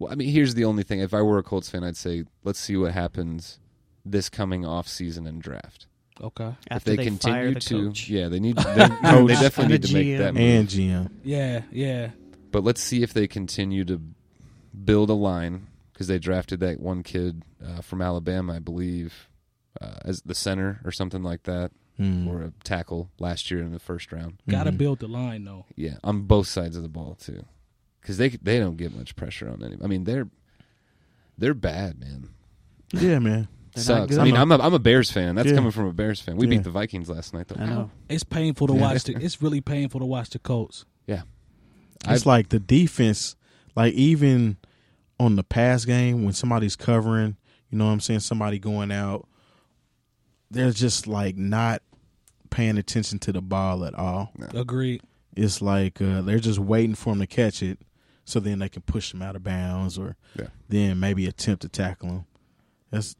S3: well, I mean, here's the only thing. If I were a Colts fan, I'd say let's see what happens this coming off season and draft.
S1: Okay.
S4: after
S3: if they, continue
S4: fire the
S3: to,
S4: coach.
S3: yeah, they need they, they definitely
S4: And
S3: need
S4: the
S3: to make that
S4: GM.
S3: move.
S2: And GM.
S1: Yeah, yeah.
S3: But let's see if they continue to build a line because they drafted that one kid uh, from Alabama, I believe, uh, as the center or something like that,
S2: Mm.
S3: or a tackle last year in the first round.
S1: Gotta
S2: Mhm.
S1: build the line though.
S3: Yeah, on both sides of the ball too, because they they don't get much pressure on any. I mean, they're they're bad, man.
S2: Yeah, man.
S4: They're not
S3: Sucks.
S4: good.
S3: I mean, I'm a, I'm a Bears fan. That's
S2: Yeah.
S3: coming from a Bears fan. We
S2: Yeah.
S3: beat the Vikings last night, though.
S4: I know.
S1: It's painful to watch. The, it's really painful to watch the Colts.
S3: Yeah.
S2: It's like the defense, like even on the pass game when somebody's covering, you know what I'm saying, somebody going out, they're just like not paying attention to the ball at all.
S1: Agreed.
S2: It's like uh, they're just waiting for him to catch it so then they can push him out of bounds or
S3: Yeah.
S2: then maybe attempt to tackle him. That's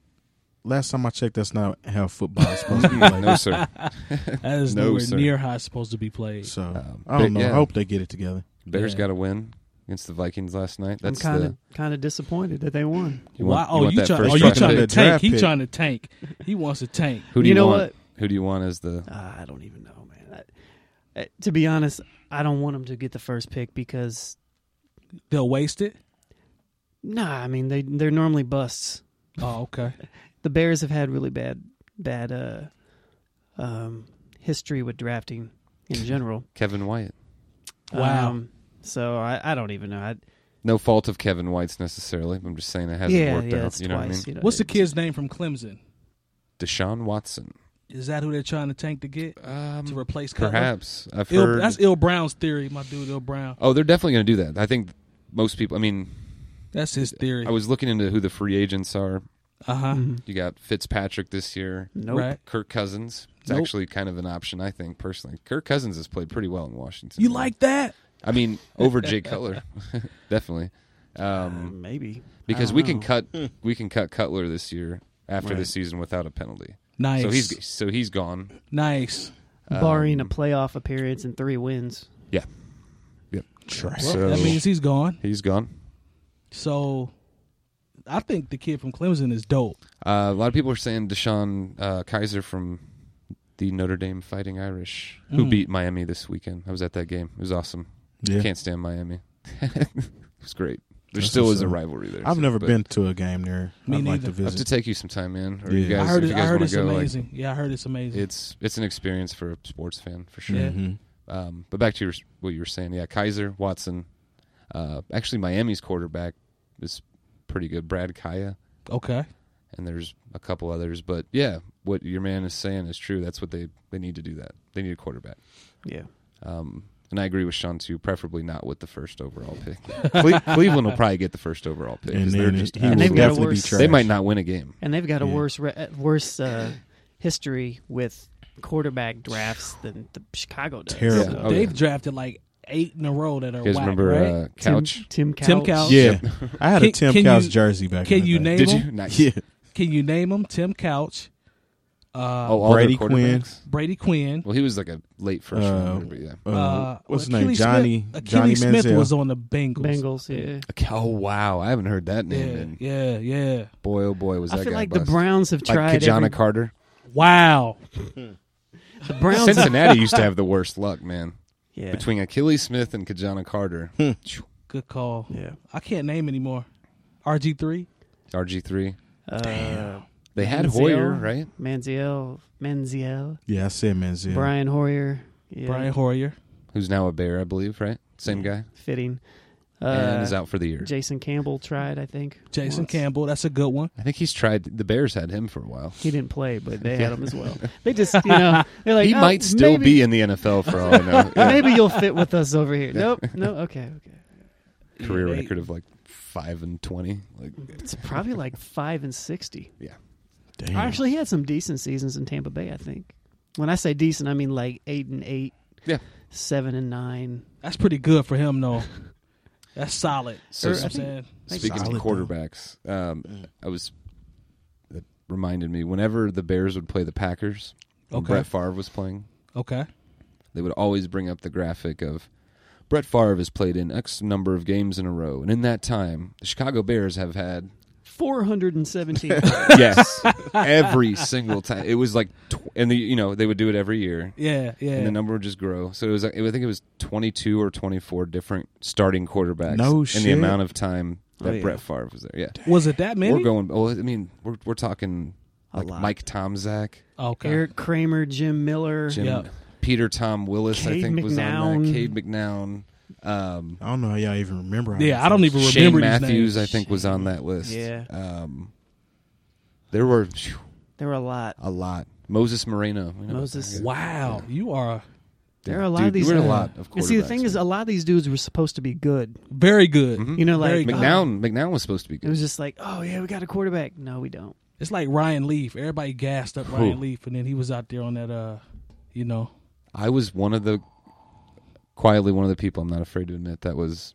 S2: last time I checked that's not how football is supposed to be
S3: Mm,
S2: played.
S3: no, sir.
S1: That is
S3: No,
S1: nowhere
S3: sir.
S1: near how it's supposed to be played.
S2: So
S3: Um,
S2: I don't
S3: but
S2: know.
S3: yeah.
S2: I hope they get it together.
S3: Bears
S1: Yeah.
S3: got a win against the Vikings last night. That's
S4: I'm kind
S3: the.
S4: of kind of disappointed that they won.
S3: You
S1: Why?
S3: want,
S1: Oh,
S3: want
S1: you,
S3: that
S1: try,
S3: first
S1: oh, you
S3: round
S1: trying to
S3: pick?
S2: pick. Draft
S1: tank? He
S2: pick.
S1: trying to tank. He wants to tank.
S3: Who do you,
S4: You know
S3: want?
S4: what?
S3: Who do you want as the?
S4: Uh, I don't even know, man. I, I, to be honest, I don't want them to get the first pick because
S1: They'll waste it.
S4: nah, I mean they they're normally busts.
S1: Oh, okay.
S4: The Bears have had really bad bad uh um history with drafting in general.
S3: Kevin White.
S1: Wow.
S4: Um, so I, I don't even know. I,
S3: No fault of Kevin White's necessarily. I'm just saying it hasn't
S4: yeah,
S3: worked
S4: yeah,
S3: out.
S4: it's
S3: You know
S4: twice.
S3: what I mean?
S4: you know,
S1: What's the
S4: it's-
S1: kid's name from Clemson?
S3: Deshaun Watson.
S1: Is that who they're trying to tank to get to
S3: Um,
S1: replace Cutler?
S3: perhaps I've
S1: Il,
S3: heard.
S1: that's Il Brown's theory, my dude. Il Brown.
S3: oh, they're definitely going to do that. I think most people. I mean,
S1: That's his theory.
S3: I Mm, was looking into who the free agents are.
S1: Uh huh.
S4: Mhm.
S3: You got Fitzpatrick this year.
S4: Nope.
S1: Right.
S3: Kirk Cousins. It's
S1: Nope.
S3: actually kind of an option, I think, personally. Kirk Cousins has played pretty well in Washington.
S1: You like that?
S3: I mean, over Jay Cutler, definitely,
S4: Uh,
S3: um,
S4: maybe I
S3: because
S4: don't
S3: we can
S4: know.
S3: cut
S1: Hmm.
S3: we can cut Cutler this year after
S2: Right.
S3: this season without a penalty.
S1: Nice.
S3: So he's so he's gone.
S1: nice.
S4: barring
S3: um,
S4: a playoff appearance and three wins.
S2: Trash.
S1: Well,
S3: So-
S1: that means he's gone.
S3: He's gone.
S1: So, I think the kid from Clemson is dope.
S3: Uh, a lot of people are saying Deshaun uh, Kaiser from the Notre Dame Fighting Irish, who
S1: Mhm.
S3: beat Miami this weekend. I was at that game. It was awesome.
S2: Yeah.
S3: Can't stand Miami. it was great. There
S2: That's
S3: still
S2: what's
S3: is a
S2: up.
S3: rivalry there.
S2: I've
S3: so-
S2: never
S3: but
S2: been to a game there.
S1: Me
S2: I'd like
S1: neither.
S2: to
S3: I have to
S2: visit.
S3: take you sometime, man. Or you
S2: Yeah.
S3: guys,
S1: I heard.
S3: if
S1: It, I
S3: you guys
S1: heard
S3: want
S1: it's
S3: to go, like,
S1: amazing. yeah, I heard it's amazing.
S3: it's it's an experience for a sports fan for sure.
S1: Yeah.
S2: Mhm.
S3: Um, but back to your, what you were saying, yeah, Kaiser Watson. Uh, actually, Miami's quarterback is pretty good, Brad Kaya,
S1: okay.
S3: and there's a couple others. But yeah, what your man is saying is true. That's what they they need to do. That they need a quarterback.
S4: Yeah.
S3: Um, and I agree with Sean too. Preferably not with the first overall pick. Cle- Cleveland will probably get the first overall pick. 'cause
S2: And
S3: they're
S2: then
S3: just
S2: it, he will
S4: And they've got a
S2: definitely be
S4: worse-
S2: trash.
S3: they might not win a game.
S4: And they've got a
S2: Yeah.
S4: worse re- uh, worse uh, history with quarterback drafts than the Chicago does.
S2: Terrible.
S3: Yeah. Oh,
S1: They've drafted like eight in a row that are.
S3: You guys
S1: whack,
S3: remember
S1: right?
S3: uh,
S4: Tim-
S3: Couch?
S4: Tim Couch.
S1: Tim Couch.
S2: Yeah, I had a
S1: Oh, Can-
S2: Tim
S1: can
S2: Couch
S1: you-
S2: jersey back.
S1: can
S2: in the
S1: you
S2: day.
S1: name
S3: Did
S1: him?
S3: you? Nice.
S2: Yeah,
S1: Can you name him? Tim Couch, uh,
S3: Oh, all their
S2: Brady Quinn.
S3: quarterbacks?
S1: Brady Quinn.
S3: Well, he was like a late first
S2: Uh,
S3: rounder, but yeah.
S2: uh,
S1: uh,
S2: what's his
S1: Akili
S2: name? Johnny
S1: Smith, Akili
S2: Johnny
S1: Smith
S2: Manziel.
S1: was on the Bengals.
S4: Bengals. Yeah.
S3: Oh wow, I haven't heard that name.
S1: Yeah, yeah,
S3: in
S1: yeah.
S3: Boy, oh boy, was that
S4: I feel
S3: guy
S4: like
S3: bust.
S4: the Browns have
S3: like
S4: tried.
S3: Kajana
S4: every-
S3: Carter.
S1: Wow.
S4: the Browns. have-
S3: Cincinnati used to have the worst luck, man.
S4: yeah.
S3: Between Achilles Smith and Kajana Carter,
S4: Hmm.
S1: Good call.
S4: yeah.
S1: I can't name anymore. RG three.
S3: RG three.
S4: Uh,
S3: They had
S4: Manziel,
S3: Hoyer, right?
S4: Manziel, Manziel,
S2: yeah, I said Manziel.
S4: Brian Hoyer, yeah,
S1: Brian Hoyer.
S3: Who's now a Bear, I believe, right? Same guy,
S4: fitting.
S3: and is
S4: Uh,
S3: out for the year.
S4: Jason Campbell tried, I think.
S1: Jason
S4: once.
S1: Campbell. That's a good one.
S3: I think he's tried. The Bears had him for a while.
S4: He didn't play, but they
S3: Yeah.
S4: had him as well. They just, you know, they're like,
S3: he
S4: "Oh,
S3: might still
S4: maybe-
S3: be in the NFL for all I know. Yeah.
S4: Maybe you'll fit with us over here. Nope. No. Okay. Okay.
S3: Career
S1: Yeah, they-
S3: record of like five and twenty. Like,
S4: It's probably like five and sixty.
S2: Damn.
S4: Actually, he had some decent seasons in Tampa Bay. I think. When I say decent, I mean like eight and eight.
S3: Yeah.
S4: Seven and nine.
S1: That's pretty good for him though. That's solid.
S3: So
S1: You know what
S4: I
S1: I'm
S4: think-
S1: saying?
S4: Thanks,
S3: Speaking
S2: Solid,
S3: of
S2: though.
S3: quarterbacks, um, I was that reminded me whenever the Bears would play the Packers, when
S1: Okay.
S3: Brett Favre was playing,
S1: Okay.
S3: they would always bring up the graphic of Brett Favre has played in X number of games in a row, and in that time, the Chicago Bears have had
S4: Four hundred and seventeen.
S3: yes every single time. It was like, tw- and the you know they would do it every year,
S1: Yeah, yeah.
S3: and the number would just grow. So it was like I think it was twenty two or twenty four different starting quarterbacks
S2: No
S3: in the
S2: shit.
S3: amount of time that
S4: Oh, yeah.
S3: Brett Favre was there. Yeah,
S1: was it that many?
S3: We're going. Well, I mean, we're we're talking
S4: A
S3: like
S4: lot.
S3: Mike Tomzak,
S1: okay.
S4: Eric Kramer, Jim Miller.
S3: Jim,
S1: Yeah.
S3: Peter Tom Willis. I
S4: Cade
S3: think was on that.
S4: McNown.
S3: Cade McNown. Um,
S2: I don't know how y'all even remember. all
S1: yeah,
S2: these
S1: I don't
S2: names.
S1: even
S3: Shane
S1: remember these
S3: Matthews,
S1: names.
S3: I think, was on that list.
S4: Yeah.
S3: Um, There were phew,
S4: There were a lot.
S3: a lot. Moses Moreno. you know,
S4: Moses.
S1: Wow, you are
S4: There are a lot
S3: Dude,
S4: of these.
S3: there were a lot of
S4: And see, the thing
S3: quarterbacks,
S4: is, uh, a lot of these dudes were supposed to be good.
S1: very good.
S3: Mhm.
S4: You know, like
S1: Very good.
S4: oh,
S3: McNown. McNown was supposed to be
S4: It
S3: good.
S4: was just like, oh yeah, we got a quarterback. No, we don't.
S1: It's like Ryan Leaf. Everybody gassed up Ryan
S3: Who?
S1: Leaf, and then he was out there on that, uh, you know,
S3: I was one of the quietly one of the people. I'm not afraid to admit that was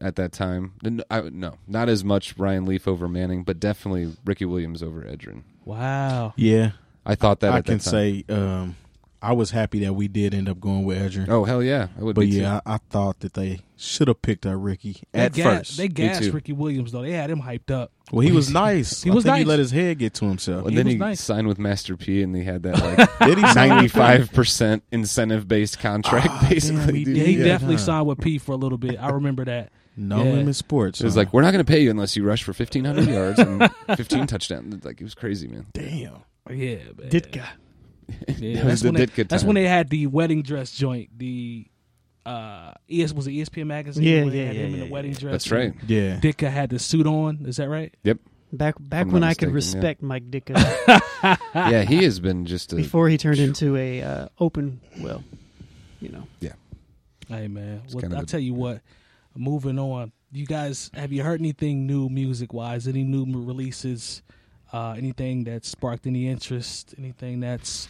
S3: at that time. n- I- no, not as much Ryan Leaf over Manning, but definitely Ricky Williams over Edrin.
S1: wow.
S2: Yeah,
S3: I thought that
S2: I
S3: at that
S2: can
S3: time.
S2: say um, I was happy that we did end up going with Edger.
S3: Oh hell yeah, I would.
S2: but
S3: be too.
S2: yeah, I, I thought that they should have picked up Ricky
S1: They
S2: at
S1: ga-
S2: first.
S1: they gassed
S3: too.
S1: Ricky Williams though. They had him hyped up.
S2: well, he was nice.
S1: He
S2: I
S1: was
S2: think
S1: nice.
S2: He let his head get to himself.
S3: and
S1: he
S3: then
S1: was
S3: he
S1: nice.
S3: signed with Master P, and he had that like
S2: Did he sign with them?
S3: 95% incentive based contract,
S1: Ah,
S2: damn,
S3: basically.
S2: he
S3: dude.
S1: Yeah, he
S2: Yeah.
S1: definitely
S2: Huh.
S1: signed with P for a little bit. I remember that.
S2: No
S1: Yeah.
S2: limit sports.
S3: It was
S2: huh?
S3: like, we're not going to pay you unless you rush for 1,500 yards and 15 touchdowns. Like, it was crazy, man.
S2: damn.
S1: Yeah, man.
S4: Ditka.
S1: Yeah,
S3: That was
S1: that's,
S3: the
S1: when they,
S3: Ditka
S1: that's
S3: time.
S1: when they had the wedding dress joint. The uh, ES was it ESPN magazine?
S4: Yeah,
S1: where they
S4: yeah,
S1: had
S4: yeah,
S1: him in
S4: yeah,
S1: the wedding dress.
S3: That's right.
S2: Yeah.
S1: Ditka had the suit on. Is that right?
S4: Back back
S3: I'm
S4: when
S3: not
S4: I could
S3: mistaken, yeah.
S4: respect Mike Ditka
S3: Yeah, he has been just a.
S4: before he turned into a uh, open well, you know.
S1: Hey man,
S3: It's
S1: well,
S3: kind of
S1: I
S3: a-
S1: tell you what. Moving on, you guys, have you heard anything new music wise? Any new m- releases? Uh, anything that sparked any interest? Anything that's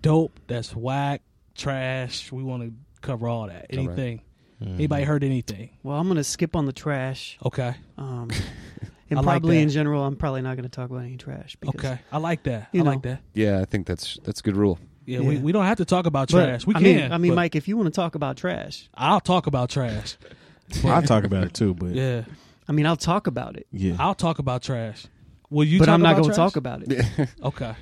S1: dope? That's whack? Trash? We want to cover all that.
S3: All right.
S1: Anything?
S4: Mm-hmm.
S2: Mm.
S1: Anybody heard anything?
S4: Well, I'm gonna skip on the trash.
S1: Okay.
S4: Um,
S1: I
S4: and
S1: like
S4: probably
S1: that.
S4: in general, I'm probably not gonna talk about any trash. Because,
S1: Okay. I like that. I
S4: you
S1: like
S4: know,
S1: that.
S3: Yeah, I think that's that's a good rule.
S1: Yeah, We,
S4: Yeah.
S1: we don't have to talk about
S4: but,
S1: trash. We
S4: I
S1: can.
S4: Mean, I mean,
S1: but
S4: Mike, if you want to talk about trash,
S1: I'll talk about trash.
S2: I'll talk about it too, but yeah.
S1: Yeah.
S4: I mean, I'll talk about it,
S1: I'll talk about trash. Will you?
S4: but
S1: talk
S4: I'm not
S1: going
S4: gonna talk about it.
S1: Okay.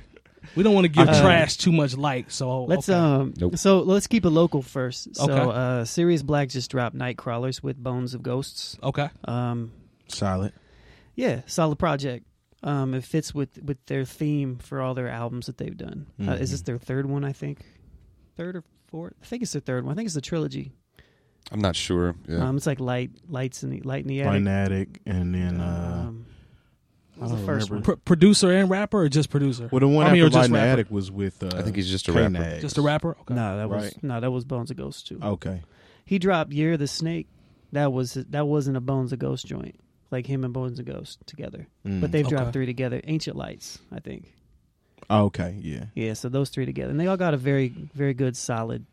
S1: We don't want to give
S4: Uh,
S1: trash too much light, so oh,
S4: Let's
S1: okay.
S4: um.
S3: Nope.
S4: So let's keep it local first. So
S1: Okay.
S4: uh, Sirius Black just dropped Nightcrawlers with Bones of Ghosts.
S1: okay.
S4: Um,
S2: Solid.
S4: yeah, solid project. Um, it fits with with their theme for all their albums that they've done. Uh, is this their third one? I think third or fourth. I think it's their third one. I think it's the trilogy.
S3: I'm not sure. Yeah.
S4: Um, it's like light lights in the light in the attic.
S2: Fanatic and then uh
S4: um, what was
S2: I
S4: the
S2: don't
S4: first
S2: remember.
S1: Pro- producer and rapper, or just producer?
S2: well the one
S1: I mean,
S2: after
S1: or just
S2: Light in the
S1: rapper.
S2: Attic was with uh
S3: I think he's just a
S2: K-Nags.
S3: rapper.
S1: Just a rapper? Okay.
S4: one? No, that was
S2: Right.
S4: no, that was Bones of Ghost too.
S2: Okay.
S4: He dropped Year of the Snake. That was that wasn't a Bones of Ghost joint. Like him and Bones of Ghost together, but
S2: Mm.
S4: they've
S1: Okay.
S4: dropped three together. Ancient Lights, I think.
S2: Okay, yeah.
S4: Yeah, so those three together, and they all got a very, very good, solid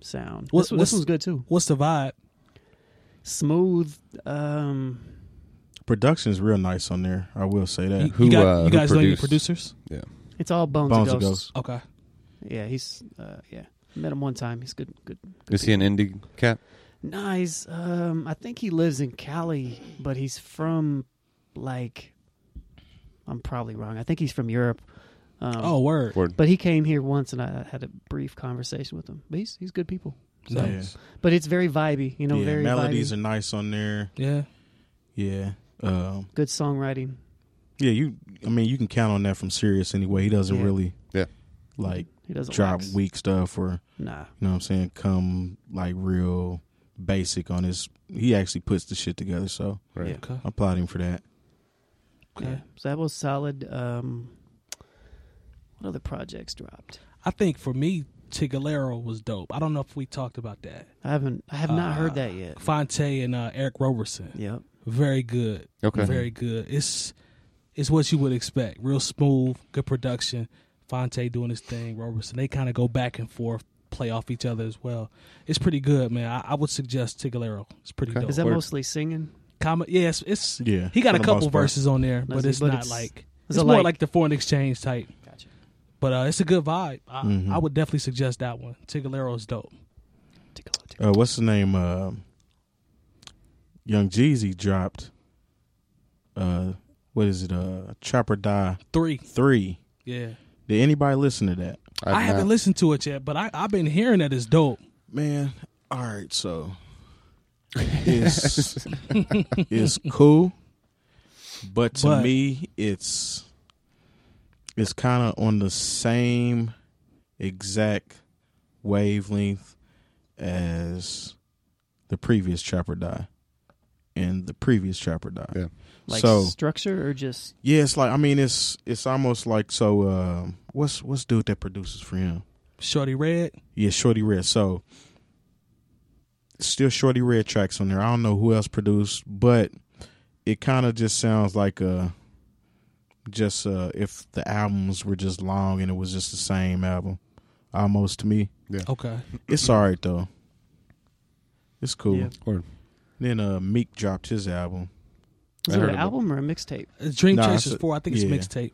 S4: sound.
S1: What-
S4: this, one-
S1: what's-
S4: this one's good too.
S1: What's the vibe?
S4: Smooth. Um,
S2: Production's real nice on there, I will say that.
S1: You,
S3: Who,
S1: you got-
S3: uh,
S1: you
S3: who
S1: guys know any
S3: produced?
S1: producers?
S4: it's all Bones,
S2: Bones
S4: of
S2: of
S4: Ghosts.
S1: Okay.
S4: Yeah, he's uh, yeah. Met him one time. He's good. Good. good
S3: Is he an indie cat?
S4: Nice. Um, I think he lives in Cali, but he's from like I'm probably wrong. I think he's from Europe. Um,
S1: Oh, word.
S3: Word.
S4: but he came here once, and I had a brief conversation with him. But he's he's good people.
S1: So, yeah.
S2: Yeah.
S4: But it's very vibey, you know.
S2: yeah,
S4: very
S2: melodies
S4: vibey.
S2: are nice on there. Yeah. Um
S4: good songwriting.
S2: yeah, you I mean you can count on that from Sirius anyway. He doesn't
S4: Yeah.
S2: really
S3: Yeah.
S2: like
S4: He doesn't
S2: drop
S4: wax.
S2: weak stuff or
S4: Nah.
S2: you know what I'm saying, come like real basic on his he actually puts the shit together, so
S3: Right.
S4: Yeah.
S1: Okay.
S2: I applaud him for that.
S1: Okay.
S4: Um, Yeah. So that was solid. Um, what other projects dropped?
S1: I think for me, Tigalero was dope. I don't know if we talked about that.
S4: I haven't. I have not
S1: Uh,
S4: heard that yet.
S1: Fonte and uh, Eric Roberson.
S4: Yep.
S1: Very good.
S3: Okay.
S1: Very good. It's it's what you would expect. Real smooth, good production. Fonte doing his thing, Robertson. They kind of go back and forth, play off each other as well. It's pretty good, man. I, I would suggest Tigalero. It's pretty
S3: Okay.
S1: dope.
S4: Is that
S3: Word.
S4: mostly singing?
S1: Common, yeah, it's, it's
S2: Yeah,
S1: He got
S2: for
S1: a
S2: the
S1: couple
S2: most part.
S1: verses on there, but
S4: Does he?
S1: it's
S4: But
S1: not
S4: it's-
S1: like
S4: is
S1: it's
S4: it
S1: more like,
S4: like-
S1: the foreign exchange type.
S4: Gotcha.
S1: But uh, it's a good vibe. I,
S2: Mhm.
S1: I would definitely suggest that one. Tigalero's dope.
S4: Tickle, tickle.
S2: Uh, what's the name? Uh, Young Jeezy dropped. Uh, what is it? Uh, Chopper Die
S1: Three,
S2: Three.
S1: yeah.
S2: Did anybody listen to that?
S1: I've I have not listened to it yet, but I, I've been hearing that it's dope.
S2: Man, all right, so it's it's cool, but to
S1: But-
S2: me, it's it's kind of on the same exact wavelength as the previous Chopper Die. and the previous trapper died.
S3: Yeah.
S4: Like
S2: so
S4: structure or just
S2: yeah, it's like I mean it's it's almost like so um what's what's dude that produces for him?
S1: Shorty Red.
S2: Yeah, Shorty Red. So still Shorty Red tracks on there. I don't know who else produced, but it kind of just sounds like uh just uh if the albums were just long and it was just the same album almost to me.
S1: Okay.
S2: It's all right though. It's cool.
S4: Yeah.
S3: Word.
S2: Then uh Meek dropped his album.
S4: is
S3: I
S4: it
S3: heard
S4: an
S3: about-
S4: album or a mixtape?
S1: Dream
S2: Nah,
S1: Chasers
S2: it's a-
S1: Four. I think it's
S2: yeah.
S1: mixtape.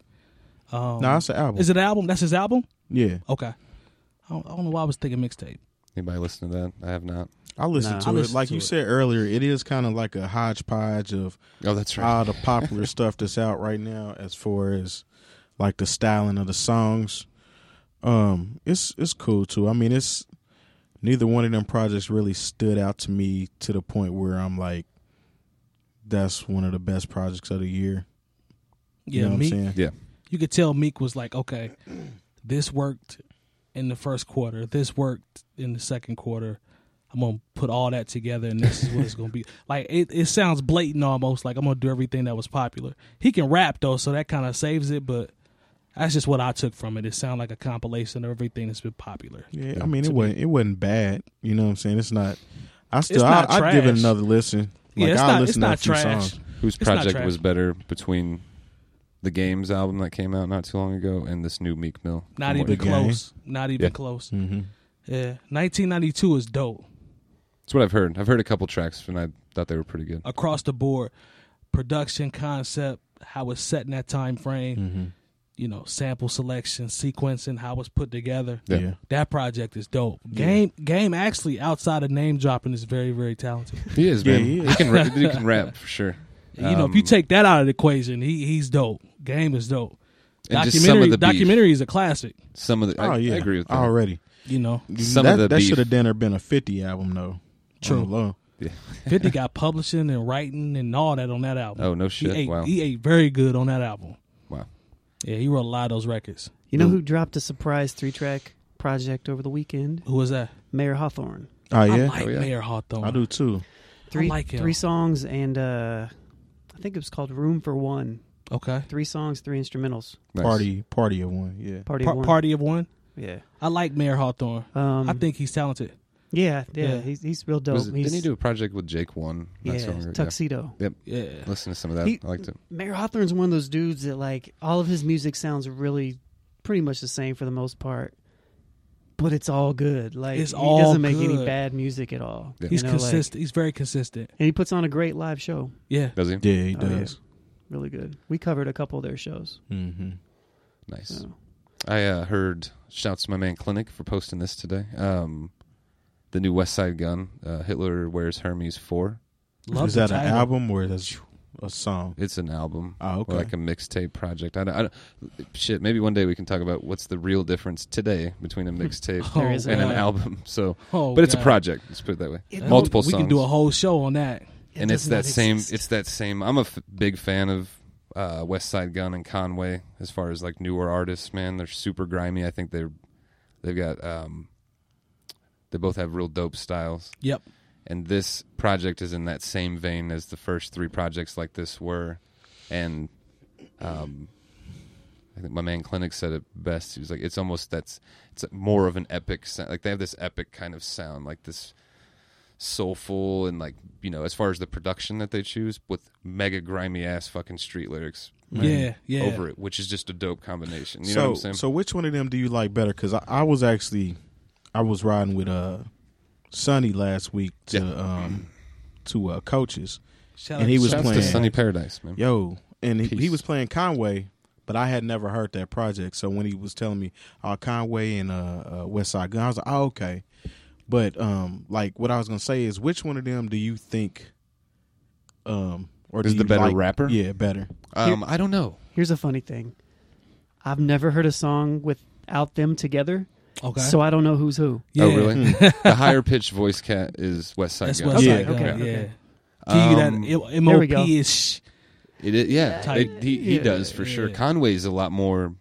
S1: Um,
S2: no, it's an album.
S1: is it an album? That's his album.
S2: yeah.
S1: Okay. I don't, I don't know why I was thinking mixtape.
S3: Anybody listen to that? I have not.
S2: I listened
S4: Nah.
S2: to
S1: I
S2: it.
S1: listened
S2: like
S1: to
S2: you
S1: it.
S2: said earlier, it is kind of like a hodgepodge of
S3: Oh, that's
S1: Uh,
S3: right.
S2: all the popular stuff that's out right now as far as like the styling of the songs. Um, it's it's cool too. I mean, it's neither one of them projects really stood out to me to the point where I'm like, that's one of the best projects of the year. You
S1: Yeah,
S2: know what
S1: Meek.
S2: I'm saying?
S3: yeah.
S1: You could tell Meek was like, okay, this worked in the first quarter. This worked in the second quarter. I'm gonna put all that together, and this is what it's gonna be. Like it, it sounds blatant almost. Like I'm gonna do everything that was popular. He can rap though, so that kind of saves it. But that's just what I took from it. It sounded like a compilation of everything that's been popular.
S2: Yeah,
S3: Yeah,
S2: I mean,
S1: to
S2: it
S1: me.
S2: wasn't it wasn't bad. You know what I'm saying? It's not. I still
S1: not
S2: I, I'd give it
S1: trash.
S2: another listen.
S1: yeah, it's
S2: I'll
S1: not.
S2: listen
S1: It's
S2: to a
S1: not
S2: few
S1: trash.
S2: songs.
S3: Whose
S1: It's not
S3: project
S1: trash.
S3: was better between the Games album that came out not too long ago and this new Meek Mill?
S1: Not
S3: from
S1: even
S2: The
S3: what-
S2: Game.
S1: close. Not even
S3: Yeah.
S1: close.
S3: Mm-hmm.
S2: Mhm.
S1: Yeah, 1992 is dope.
S3: It's what I've heard. I've heard a couple tracks and I thought they were pretty good.
S1: across the board production concept how it's set in that time frame
S3: Mm. Mm-hmm.
S1: you know sample selection sequencing how it's put together
S3: Yeah.
S2: yeah.
S1: that project is dope game game actually outside of name dropping is very very talented
S3: He is,
S2: Yeah,
S3: man.
S2: he
S3: He,
S2: is.
S3: can rap, he can rap for sure.
S1: you know if you
S3: Um,
S1: take that out of the equation he he's dope game is dope
S3: and
S1: documentary
S3: just some of the beef.
S1: documentary is a classic
S3: Some of the, I,
S2: oh yeah,
S3: I agree with that.
S2: already.
S1: you know
S3: Some
S2: that,
S3: of the
S2: that
S3: beef.
S2: should have done or been a fifty album though.
S1: True.
S2: On the low.
S1: 50 got publishing and writing and all that on that album
S3: Oh no shit!
S1: he ate
S3: wow,
S1: he ate very good on that album
S3: wow.
S1: yeah he wrote a lot of those records
S4: You know who dropped a surprise three track project over the weekend?
S1: who was that
S4: Mayor Hawthorne.
S2: Oh
S1: I
S2: yeah,
S1: like
S3: Oh, yeah.
S1: Mayor Hawthorne
S2: I do too.
S4: Three
S1: like him.
S4: three songs and uh I think it was called Room for One.
S1: okay
S4: Three songs, three instrumentals.
S3: Nice.
S2: Party, party of one. Yeah,
S4: Party
S1: Par-
S4: of one.
S1: Party of One.
S4: Yeah.
S1: I like Mayor Hawthorne.
S4: Um
S1: I
S2: Hmm.
S1: think he's talented.
S4: Yeah, yeah,
S1: Yeah.
S4: He's he's real dope.
S3: Was it-
S4: he's,
S3: didn't he do a project with Jake One?
S4: yeah,
S3: That's stronger,
S4: Tuxedo.
S1: Yeah.
S3: Yeah. Listen to some of that.
S4: He-
S3: I liked it.
S4: Mayor Hawthorne's one of those dudes that like all of his music sounds really pretty much the same for the most part. But it's all good. Like
S1: It's
S4: he
S1: all
S4: doesn't make any
S1: good.
S4: bad music at all.
S3: Yeah.
S4: you
S1: He's
S4: know, like-
S1: consistent. he's very consistent.
S4: and he puts on a great live show.
S1: Yeah.
S3: Does he?
S2: yeah, he
S4: Oh, yeah.
S2: does.
S4: Really good. We covered a couple of their shows.
S2: hmm
S3: Nice.
S4: So.
S3: I uh, heard shouts to my man Clinic for posting this today. Um, the new West Side Gun, uh, Hitler Wears Hermes Four.
S1: Love
S2: Is
S1: the
S2: that an
S1: title.
S2: album or is that a song?
S3: It's an album,
S2: Oh, okay.
S3: or like a mixtape project. I, don't- I don't, shit. Maybe one day we can talk about what's the real difference today between a mixtape
S1: Oh,
S4: There is a-
S3: and an
S1: God.
S3: album. So,
S1: Oh,
S3: but it's a
S1: God.
S3: project. Let's put it that way.
S4: It
S1: That-
S3: Multiple
S1: We can
S3: songs.
S1: do a whole show on that.
S3: and it's
S4: does
S3: that
S4: not
S3: same
S4: exist.
S3: it's that same i'm a f- big fan of uh, west side gun and conway as far as like newer artists man they're super grimy i think they're they've got um they both have real dope styles
S1: Yep.
S3: and this project is in that same vein as the first three projects like this were and um I think my man Clinic said it best. He was like, "It's almost that's it's more of an epic sound. Like they have this epic kind of sound, like this soulful and like you know, as far as the production that they choose with mega grimy ass fucking street lyrics
S1: Yeah. Yeah.
S3: over it, which is just a dope combination. You
S2: so,
S3: know what I'm saying?
S2: so which one of them do you like better? Because I, I was actually, I was riding with uh, Sonny last week to um, to uh, coaches.
S1: Shout
S2: And he was
S1: shout
S3: Shouts to
S2: playing-
S3: Sunny Paradise, man.
S2: Yo, and he, he
S3: Peace.
S2: was playing Conway, but I had never heard that project. So when he was telling me uh, Conway and uh, uh, West Side Gun, I was like, oh, okay. But um, like what I was gonna say is, which one of them do you think, um, or
S3: Is
S2: do
S3: the
S2: you
S3: better
S2: like-
S3: rapper?
S2: Yeah, better.
S3: Um, I don't know.
S4: Here's a funny thing. I've never heard a song without them together,
S1: Okay.
S4: so I don't know who's who.
S1: yeah.
S3: Oh, really?
S2: Hmm.
S3: the higher pitched voice cat is West Side
S1: That's
S3: Gun.
S1: West
S2: Yeah.
S1: Side Gun.
S4: Okay,
S1: Yeah.
S4: okay.
S3: Um,
S1: Give you that M O
S4: we go.
S1: P ish.
S3: It is, yeah,
S1: Type.
S3: they- he, he
S4: Yeah,
S3: does for sure.
S1: yeah.
S3: Conway's a lot more.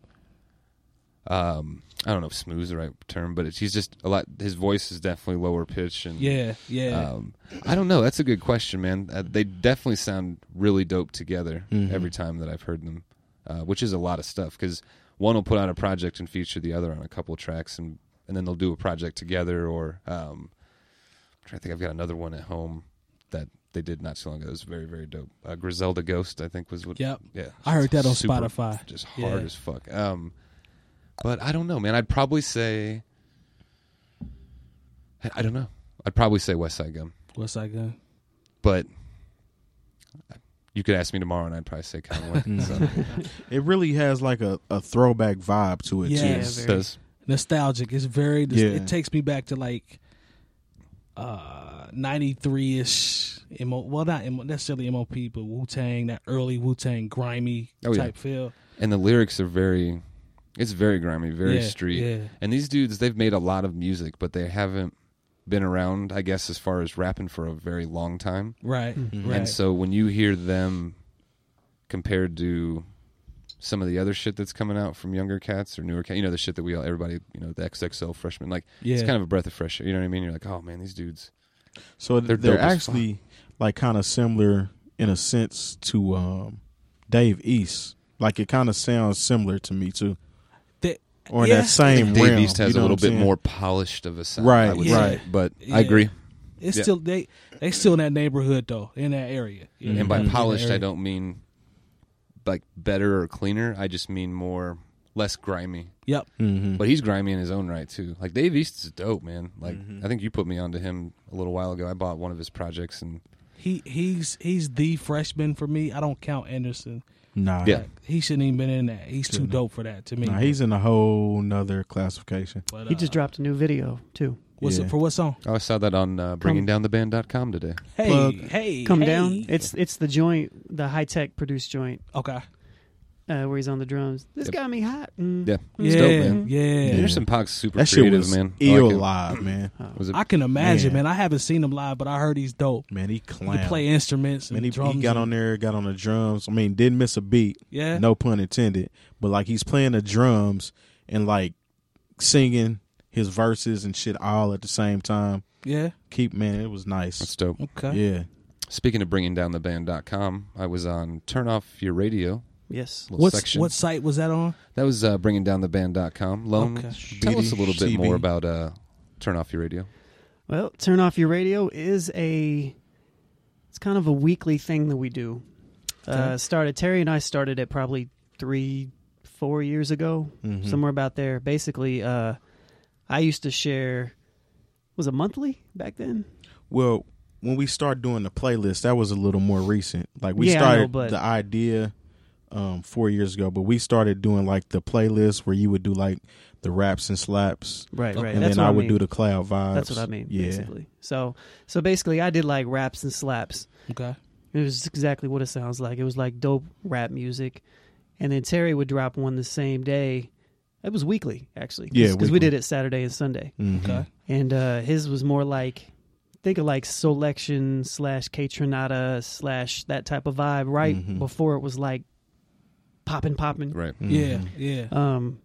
S3: Um, I don't know if smooth is the right term, but it's, he's just a lot. His voice is definitely lower pitch and
S1: Yeah, yeah.
S3: Um, I don't know. That's a good question, man. Uh, they definitely sound really dope together
S1: Mm-hmm.
S3: every time that I've heard them, uh, which is a lot of stuff because one will put out a project and feature the other on a couple tracks, and and then they'll do a project together. Or um, i trying to think, I've got another one at home that they did not too long ago. It was very very dope. Uh, Griselda Ghost, I think, was what.
S1: Yep.
S3: Yeah,
S1: I heard that on
S3: Super-
S1: Spotify.
S3: Just
S1: Yeah.
S3: hard as fuck. Um, but I don't know, man. I'd probably say. I- I don't know. I'd probably say West Side Gun
S1: What's that gun?
S3: but you could ask me tomorrow, and I'd probably say Conway.
S1: Mm-hmm.
S3: so,
S2: It really has like a, a throwback vibe to it
S1: Yeah.
S2: too.
S3: Yes,
S4: very.
S3: does.
S1: nostalgic. It's very.
S2: Yeah.
S1: It takes me back to like ninety three ish. Mo well, not M- necessarily MOP, but Wu Tang, that early Wu Tang, grimy
S3: Oh, yeah.
S1: type feel.
S3: and the lyrics are very, it's very grimy, very
S1: Yeah,
S3: street.
S1: yeah.
S3: And these dudes, they've made a lot of music, but they haven't been around, I guess, as far as rapping for a very long time.
S1: Right,
S3: And
S4: Mm-hmm.
S1: right.
S3: so when you hear them compared to some of the other shit that's coming out from younger cats or newer cats, you know, the shit that we all, everybody, you know, the XXL freshmen, like, it's
S1: Yeah.
S3: kind of a breath of fresh air. You know what I mean? You're like, oh man, these dudes.
S2: So
S3: They're
S2: they're,
S3: dope as
S2: actually like kind of similar in a sense to um, Dave East. Like it kind of sounds similar to me too,
S1: They-
S2: or in
S1: yeah.
S2: that same
S3: Dave
S2: realm.
S3: East has
S2: you know
S3: a
S2: what
S3: little
S2: I'm
S3: bit
S2: saying?
S3: more polished of a sound, I
S2: Right,
S3: would
S1: right.
S3: say. But
S1: Yeah.
S3: I agree.
S1: It's
S3: yeah.
S1: still they they still in that neighborhood though, in that area. You know,
S3: And by
S1: in that
S3: polished, I
S1: area.
S3: don't mean like better or cleaner. I just mean more less grimy.
S1: Yep.
S2: Mm-hmm.
S3: But he's grimy in his own right too. Like Dave East is dope, man. Like
S1: Mm-hmm.
S3: I think you put me onto him a little while ago. I bought one of his projects, and
S1: He he's he's the freshman for me. I don't count Anderson.
S2: Nah,
S3: Yeah.
S1: Like, he shouldn't even been in that. He's too dope for that to me.
S2: nah, he's in a whole nother classification.
S1: But,
S4: He
S1: uh,
S4: just dropped a new video too.
S1: what's
S2: Yeah.
S1: it for what song?
S3: oh, I saw that on uh, BringingDownTheBand.com today.
S1: Hey,
S2: Plug.
S1: hey,
S4: Come
S1: hey.
S4: down. It's it's the joint, the high tech produced joint
S1: okay.
S4: uh, where he's on the drums. This
S3: Yep.
S4: got me hot. Mm.
S3: Yeah,
S1: Yeah,
S3: it's dope, man.
S1: yeah.
S3: Anderson Paak's super
S2: That shit
S3: creative,
S2: was
S3: man. I like
S2: ill
S3: him.
S2: live, man.
S3: Was it-
S1: I can imagine,
S2: Man.
S1: man. I haven't seen him live, but I heard he's dope.
S2: Man, he
S1: He
S2: clown.
S1: can play instruments and
S2: man, he,
S1: drums.
S2: he got
S1: and-
S2: on there, got on the drums. I mean, didn't miss a beat.
S1: Yeah.
S2: No pun intended. But like he's playing the drums and like singing his verses and shit all at the same time.
S1: Yeah.
S2: Keep man, it was nice.
S3: that's dope.
S1: Okay.
S2: Yeah.
S3: Speaking of BringingDownTheBand.com, I was on Turn Off Your Radio.
S4: Yes.
S3: Little
S1: What's,
S3: section.
S1: what site was that on?
S3: That was uh, bringing down the band.com. Lone,
S1: Okay.
S3: tell us a little bit
S2: BDCB.
S3: more about uh, Turn Off Your Radio.
S4: Well, turn off your radio is a. It's kind of a weekly thing that we do. Uh,
S1: Okay.
S4: started Terry and I started it probably three, four years ago,
S2: Mhm.
S4: somewhere about there. Basically, uh, I used to share. Was it monthly back then?
S2: Well, when we started doing the playlist, that was a little more recent. Like we
S4: Yeah, I know,
S2: started
S4: but-
S2: the idea um, four years ago, but we started doing like the playlist where you would do like the raps and slaps,
S4: Right, right.
S2: and
S4: That's
S2: then
S4: what
S2: I would
S4: mean.
S2: do the cloud vibes.
S4: That's what I mean.
S2: Yeah,
S4: Basically. So so basically, I did like raps and slaps.
S1: Okay.
S4: It was exactly what it sounds like. It was like dope rap music, and then Terry would drop one the same day. It was weekly actually.
S2: Yeah,
S4: because we
S2: weekly.
S4: did it Saturday and Sunday,
S2: Mhm.
S1: Okay.
S4: and uh, his was more like think of like selection slash Catronata slash that type of vibe. Right
S2: Mhm.
S4: before it was like poppin' poppin'.
S3: Right.
S2: Mm-hmm.
S1: Yeah. Yeah.
S4: Um,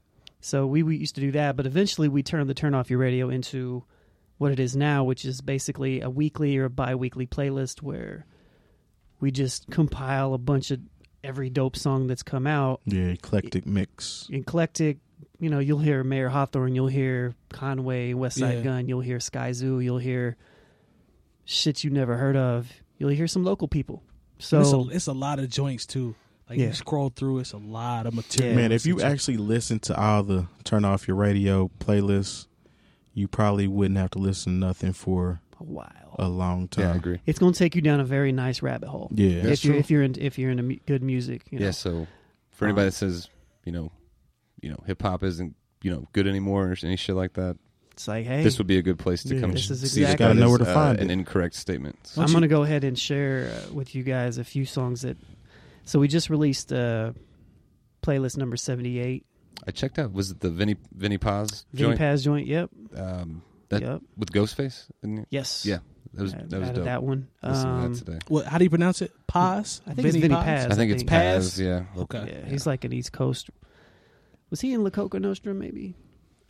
S4: so we, we used to do that, but eventually we turned the Turn Off Your Radio into what it is now, which is basically a weekly or bi weekly playlist where we just compile a bunch of every dope song that's come out.
S2: yeah, eclectic mix.
S4: Eclectic, you know, you'll hear Mayor Hawthorne, you'll hear Conway, West Side
S1: Yeah.
S4: Gun, you'll hear Sky Zoo, you'll hear shit you never heard of, you'll hear some local people. So,
S1: it's, a, it's a lot of joints too. Like
S4: Yeah.
S1: you scroll through, it's a lot of material.
S2: Man, if you actually listen to all the turn off your radio playlists, you probably wouldn't have to listen to nothing for
S4: a while.
S2: a long time.
S3: Yeah, I agree.
S4: it's going to take you down a very nice rabbit hole.
S2: Yeah.
S3: That's
S4: if you're
S3: true.
S4: if you're in, if you're into mu- good music, you know?
S3: Yeah, Uh-huh. so for anybody that says, you know, you know, hip hop isn't, you know, good anymore or any shit like that,
S4: It's like, hey,
S3: this would be a good place to
S2: Yeah.
S3: come
S4: This is
S3: see
S4: exactly-
S3: that
S4: Gotta
S3: that
S2: know
S3: is,
S2: where to
S3: uh,
S2: find
S3: an
S2: it.
S3: incorrect statement. So-
S4: I'm going to go ahead and share uh, with you guys a few songs that. So we just released uh, playlist number seventy eight,
S3: I checked out, was it the Vinny, Vinny Paz
S4: Vinny
S3: joint
S4: Paz joint. Yep,
S3: um, that,
S4: yep,
S3: with Ghostface? Didn't you?
S4: yes,
S3: Yeah, that was,
S4: I
S3: that was
S4: added
S3: dope.
S4: that one.
S3: Listen
S4: Um,
S3: to that today.
S1: what? How do you pronounce it? Paz.
S4: I think it's Vinny Paz.
S3: I think it's Paz,
S1: Paz?
S3: yeah.
S1: Okay.
S4: yeah, he's like an East Coast. Was he in La Coca Nostra? Maybe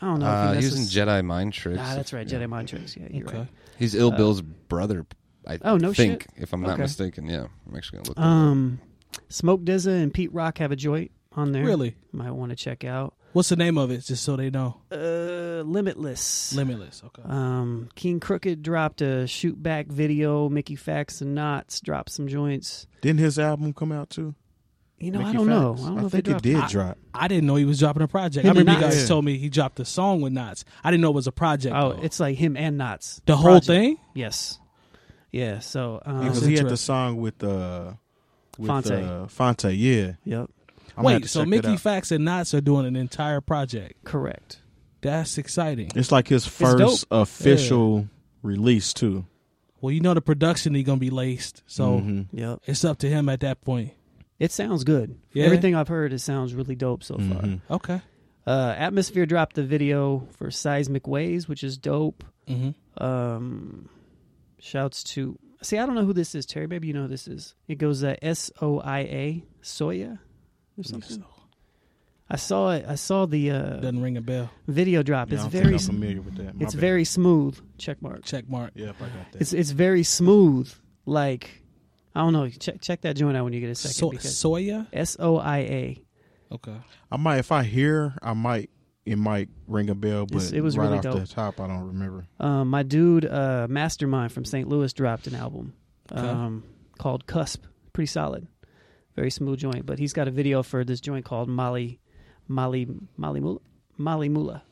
S4: I don't know.
S3: Uh,
S4: if
S3: he
S4: he
S3: was in
S4: necess-
S3: Jedi Mind Tricks.
S4: Ah, that's right,
S3: Yeah.
S4: Jedi Mind Tricks. Yeah, you're right.
S3: He's Ill Bill's brother. I
S4: Oh, no
S3: think, if I'm not
S4: Okay.
S3: mistaken. Yeah, I'm actually gonna look. that up.
S4: Um, Smoke Dizza and Pete Rock have a joint on there.
S1: Really?
S4: might want to check out.
S1: What's the name of it? Just so they know.
S4: Uh, Limitless.
S1: Limitless. Okay.
S4: Um, King Crooked dropped a shoot back video. Mickey Fax and Knots dropped some joints.
S2: Didn't his album come out too?
S4: You know, I
S2: Mickey
S4: don't know.
S2: Fax?
S4: I don't know if
S2: think
S4: they
S2: it
S4: dropped.
S2: did
S1: I-
S2: drop.
S1: I didn't know he was dropping a project. I
S4: Him and
S1: remember you guys
S2: Knots.
S1: told me he dropped a song with Knots. I didn't know it was a project.
S4: Oh,
S1: though.
S4: it's like him and Knots.
S1: the whole
S4: Project.
S1: thing.
S4: Yes. Yeah. So.
S1: Uh,
S4: Um,
S2: Because he had the song with uh, with,
S4: Fonte.
S2: Uh, Fonte, yeah.
S4: Yep.
S2: I'm gonna have
S1: Wait,
S2: to
S1: so
S2: check that
S1: Mickey
S2: out.
S1: Fax and Knots are doing an entire project.
S4: Correct.
S1: That's exciting.
S2: It's like his first official release too.
S1: Well, you know the production he gonna be laced, so
S4: Mm-hmm.
S2: Mhm.
S4: Yep.
S1: it's up to him at that point.
S4: It sounds good.
S1: Yeah.
S4: Everything I've heard, it sounds really dope so far.
S2: Mhm.
S1: Okay.
S4: Uh, Atmosphere dropped the video for Seismic Waves, which is dope.
S1: Mm-hmm.
S4: Um, shouts to see, I don't know who this is, Terry. Maybe you know who this is. It goes uh, S O I A Soya or something. I saw it. I saw the uh,
S1: Doesn't ring a bell.
S4: video drop.
S2: Yeah, I
S4: It's
S2: don't
S4: very.
S2: think I'm familiar with that. My
S4: It's
S2: bad.
S4: very smooth. Check mark.
S1: Check mark.
S2: Yep, I got that.
S4: It's it's very smooth. Like I don't know. Check check that joint out when you get a second.
S1: So-
S4: because
S1: soya.
S4: S O I A.
S1: Okay.
S2: I might if I hear, I might it might ring a bell, but
S4: It's- it was
S2: right
S4: really
S2: off
S4: dope.
S2: the top, I don't remember.
S4: Um, my dude, uh, Mastermind from St. Louis, dropped an album
S1: Okay.
S4: um, called Cusp. Pretty solid, very smooth joint. But he's got a video for this joint called Molly, Molly, Molly Mula, Molly Mula.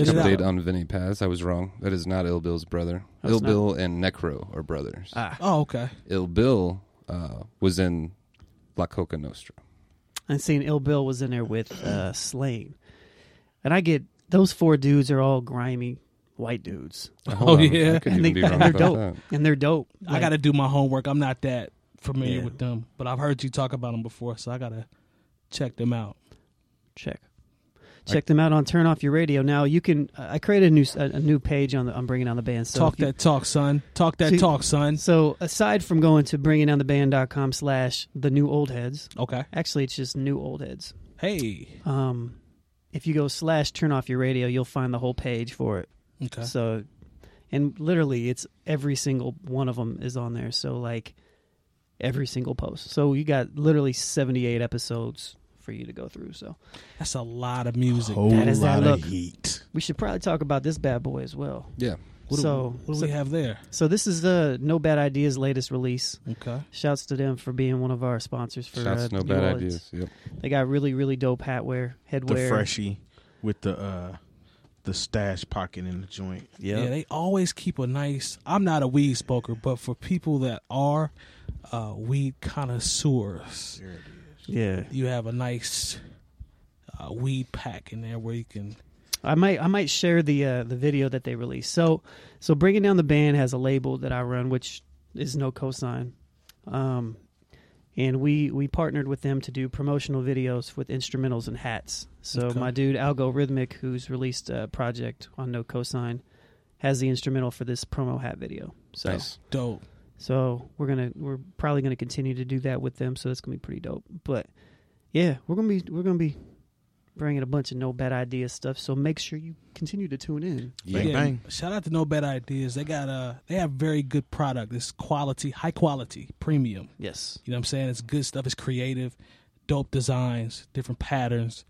S1: Spit it
S3: update
S1: out.
S4: uh,
S3: on Vinny Paz. I was wrong. That is not Ill Bill's brother.
S4: That's
S3: Ill
S4: Oh, not-
S3: Bill and Necro are brothers.
S4: Ah,
S1: Oh, okay.
S3: Ill Bill uh, was in La Coca Nostra.
S4: and seeing Ill Bill was in there with uh, Slane, and I get those four dudes are all grimy white dudes,
S1: Oh, yeah.
S3: I could
S4: and
S3: even be wrong
S4: are
S3: about
S4: dope,
S3: that.
S4: and they're dope.
S1: I
S4: Like,
S1: got to do my homework. I'm not that familiar
S4: Yeah.
S1: with them, but I've heard you talk about them before, so I got to check them out.
S4: check check them out on Turn Off Your Radio. Now you can. I created a new a, a new page on the on Bringing On the Band. So
S1: talk
S4: if you-
S1: that talk, son. Talk that
S4: See-
S1: talk, son.
S4: So aside from going to bringingdowntheband.com slash the new old heads,
S1: Okay.
S4: actually it's just new old heads.
S1: Hey.
S4: Um, if you go slash turn off your radio, you'll find the whole page for it.
S1: Okay.
S4: So, and literally it's every single one of them is on there. So like every single post. So you got literally 78 episodes for you to go through. So
S1: That's a lot of music.
S2: Whole
S4: That is that
S2: lot
S4: look.
S2: of heat.
S4: we should probably talk about this bad boy as well.
S3: Yeah.
S1: What do,
S4: so,
S1: what do
S4: so,
S1: we have there?
S4: so this is the No Bad Ideas latest release.
S1: Okay.
S4: Shouts to them for being one of our sponsors for
S3: Shouts
S4: uh,
S3: to no
S4: New
S3: bad
S4: Orleans.
S3: ideas. Yep.
S4: They got really, really dope hatwear,
S2: The
S4: headwear.
S2: freshie with the uh the stash pocket in the joint.
S1: Yeah. they always keep a nice. I'm not a weed smoker, but for people that are uh, weed connoisseurs,
S2: There it is.
S4: yeah.
S1: you have a nice uh, weed pack in there where you can.
S4: I might, I might share the uh, the video that they released. So, so bringing down the band has a label that I run, which is no cosign, um, and we we partnered with them to do promotional videos with instrumentals and hats. So
S1: Okay.
S4: my dude Algo Rhythmic, who's released a project on no cosign, has the instrumental for this promo hat video. So.
S3: Nice.
S1: Dope.
S4: So we're gonna we're probably gonna continue to do that with them. So that's gonna be pretty dope. But yeah, we're gonna be we're gonna be bringing a bunch of no bad idea stuff. So make sure you continue to tune in.
S2: Bang,
S1: Yeah,
S2: bang.
S1: Shout out to No Bad Ideas. They got uh they have very good product. It's quality, high quality, premium.
S4: Yes,
S1: You know what I'm saying? It's good stuff. It's creative, dope designs, different patterns.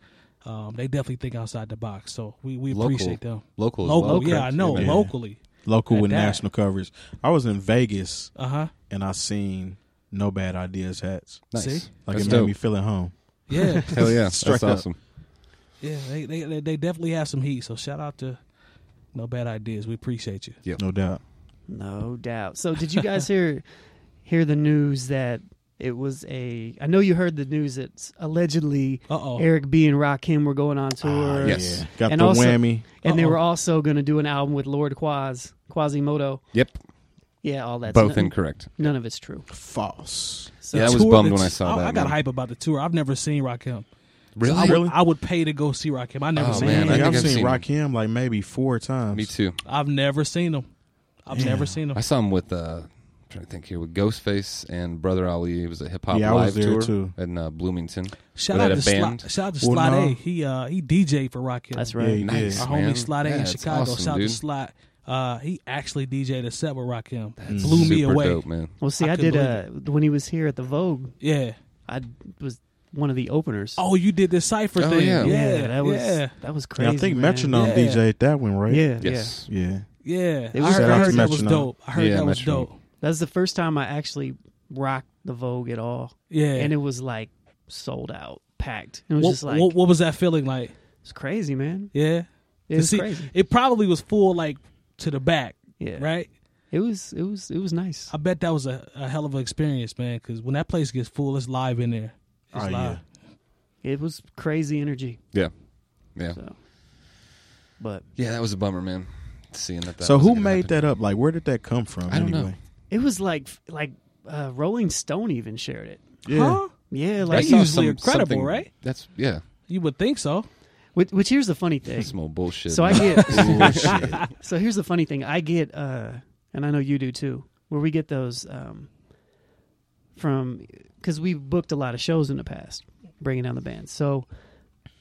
S1: Um, they definitely think outside the box. So we, we
S3: Local.
S1: appreciate them.
S3: Local. as
S1: Local,
S3: well,
S1: oh, yeah,
S3: correct?
S1: I know.
S2: Yeah.
S1: Locally.
S2: Local
S1: At
S2: with
S1: that.
S2: national coverage. I was in Vegas
S1: Uh huh.
S2: and I seen no bad ideas hats.
S3: Nice.
S1: See?
S2: Like
S3: That's
S2: it made
S3: dope.
S2: me feel at home.
S1: Yeah.
S3: Hell yeah.
S2: Straight
S3: That's
S2: up.
S3: awesome.
S1: yeah. They, they they they definitely have some heat. So shout out to No Bad Ideas. We appreciate you.
S2: No doubt.
S4: no doubt. So did you guys hear hear the news that it was a? I know you heard the news that allegedly
S1: Uh oh.
S4: Eric B and Rakim were going on tour.
S2: Ah,
S3: yes.
S2: yeah. Got
S4: And
S2: the
S4: also-
S2: whammy.
S4: and they
S1: Uh-oh.
S4: were also gonna do an album with Lord Quas Quasimodo.
S3: Yep.
S4: Yeah, all that.
S3: Both
S4: none,
S3: incorrect.
S4: none of it's true.
S2: False.
S4: So
S3: Yeah, I was
S1: Tour
S3: bummed
S1: that's-
S3: when I saw
S1: I,
S3: that,
S1: I got
S3: man. Oh,
S1: hype about the tour. I've never seen Rakim.
S3: Really?
S1: I would,
S2: Really?
S1: I would pay to go see Rakim. I never
S3: Oh,
S1: seen
S3: man,
S1: him.
S2: Yeah,
S3: I think
S2: I've
S3: I've
S2: seen
S3: seen
S2: Rakim like maybe four times.
S3: Me too.
S1: I've never seen him. I've never seen him.
S3: I saw him with uh, trying to think here with Ghostface and Brother Ali. It was a hip hop
S2: Yeah, I
S3: live
S2: was there,
S3: tour
S2: too.
S3: in uh, Bloomington.
S1: Shout
S3: Were
S1: out,
S3: they
S1: to
S3: a
S1: Sly,
S3: band?
S1: shout out to
S2: Well,
S1: Slot
S2: no.
S1: A. He uh, he DJ for Rock Hill.
S4: That's
S2: Yeah,
S4: right.
S2: he did.
S3: Nice.
S1: Our
S3: man.
S1: homie Slot A
S3: Yeah,
S1: in
S3: it's
S1: Chicago.
S3: awesome,
S1: shout out to
S3: dude.
S1: Slot. Uh, he actually DJ'd a set with Rock Hill. Blew me
S3: Super
S1: away.
S3: dope, man.
S4: Well, see,
S1: I
S4: I,
S1: couldn't
S4: did uh, when he was here at the Vogue.
S1: Yeah.
S4: I was one of the openers.
S1: Oh, you did the cipher
S3: Oh,
S1: thing.
S3: yeah.
S1: yeah.
S4: that was
S1: yeah.
S4: that was
S2: And
S4: crazy.
S2: I think
S4: man.
S2: Metronome
S1: Yeah.
S2: DJ'd that one, right?
S4: Yeah, yeah.
S3: Yes.
S2: Yeah.
S1: Yeah,
S4: It
S1: I
S4: was
S1: heard,
S4: Shout
S1: I
S4: out
S1: heard
S4: to
S1: that was
S2: Metronome.
S1: dope. I heard
S3: Yeah,
S1: that was
S3: Metronome.
S1: dope.
S4: That's the first time I actually rocked the Vogue at all,
S1: Yeah,
S4: and it was like sold out, packed. It was
S1: what,
S4: just like
S1: what, what was that feeling like?
S4: it's crazy, man.
S1: Yeah,
S4: It
S1: To
S4: was
S1: see-
S4: crazy.
S1: It probably was full like to the back,
S4: Yeah,
S1: right?
S4: It was it was it was nice.
S1: I bet that was a, a hell of an experience, man. Because when that place gets full, it's live in there. It's
S2: Oh,
S1: live.
S4: It was crazy energy.
S3: Yeah. Yeah.
S4: So, but
S3: Yeah, that was a bummer, man. Seeing that. that
S2: so
S3: wasn't
S2: who
S3: gonna
S2: made
S3: happen.
S2: that up? Like, where did that come from?
S3: I don't know.
S2: anyway?
S4: it was like like uh, Rolling Stone even shared it.
S2: Yeah.
S1: Huh?
S4: Yeah,
S1: They
S4: like
S3: I saw
S1: usually are credible,
S3: something-
S1: right?
S3: That's yeah.
S1: You would think so.
S4: which, which here's the funny thing.
S3: That's some old bullshit.
S4: So I
S3: man.
S4: get
S3: bullshit.
S4: So here's the funny thing. I get, uh, and I know you do too, where we get those um, from because we've booked a lot of shows in the past, bringing down the band. So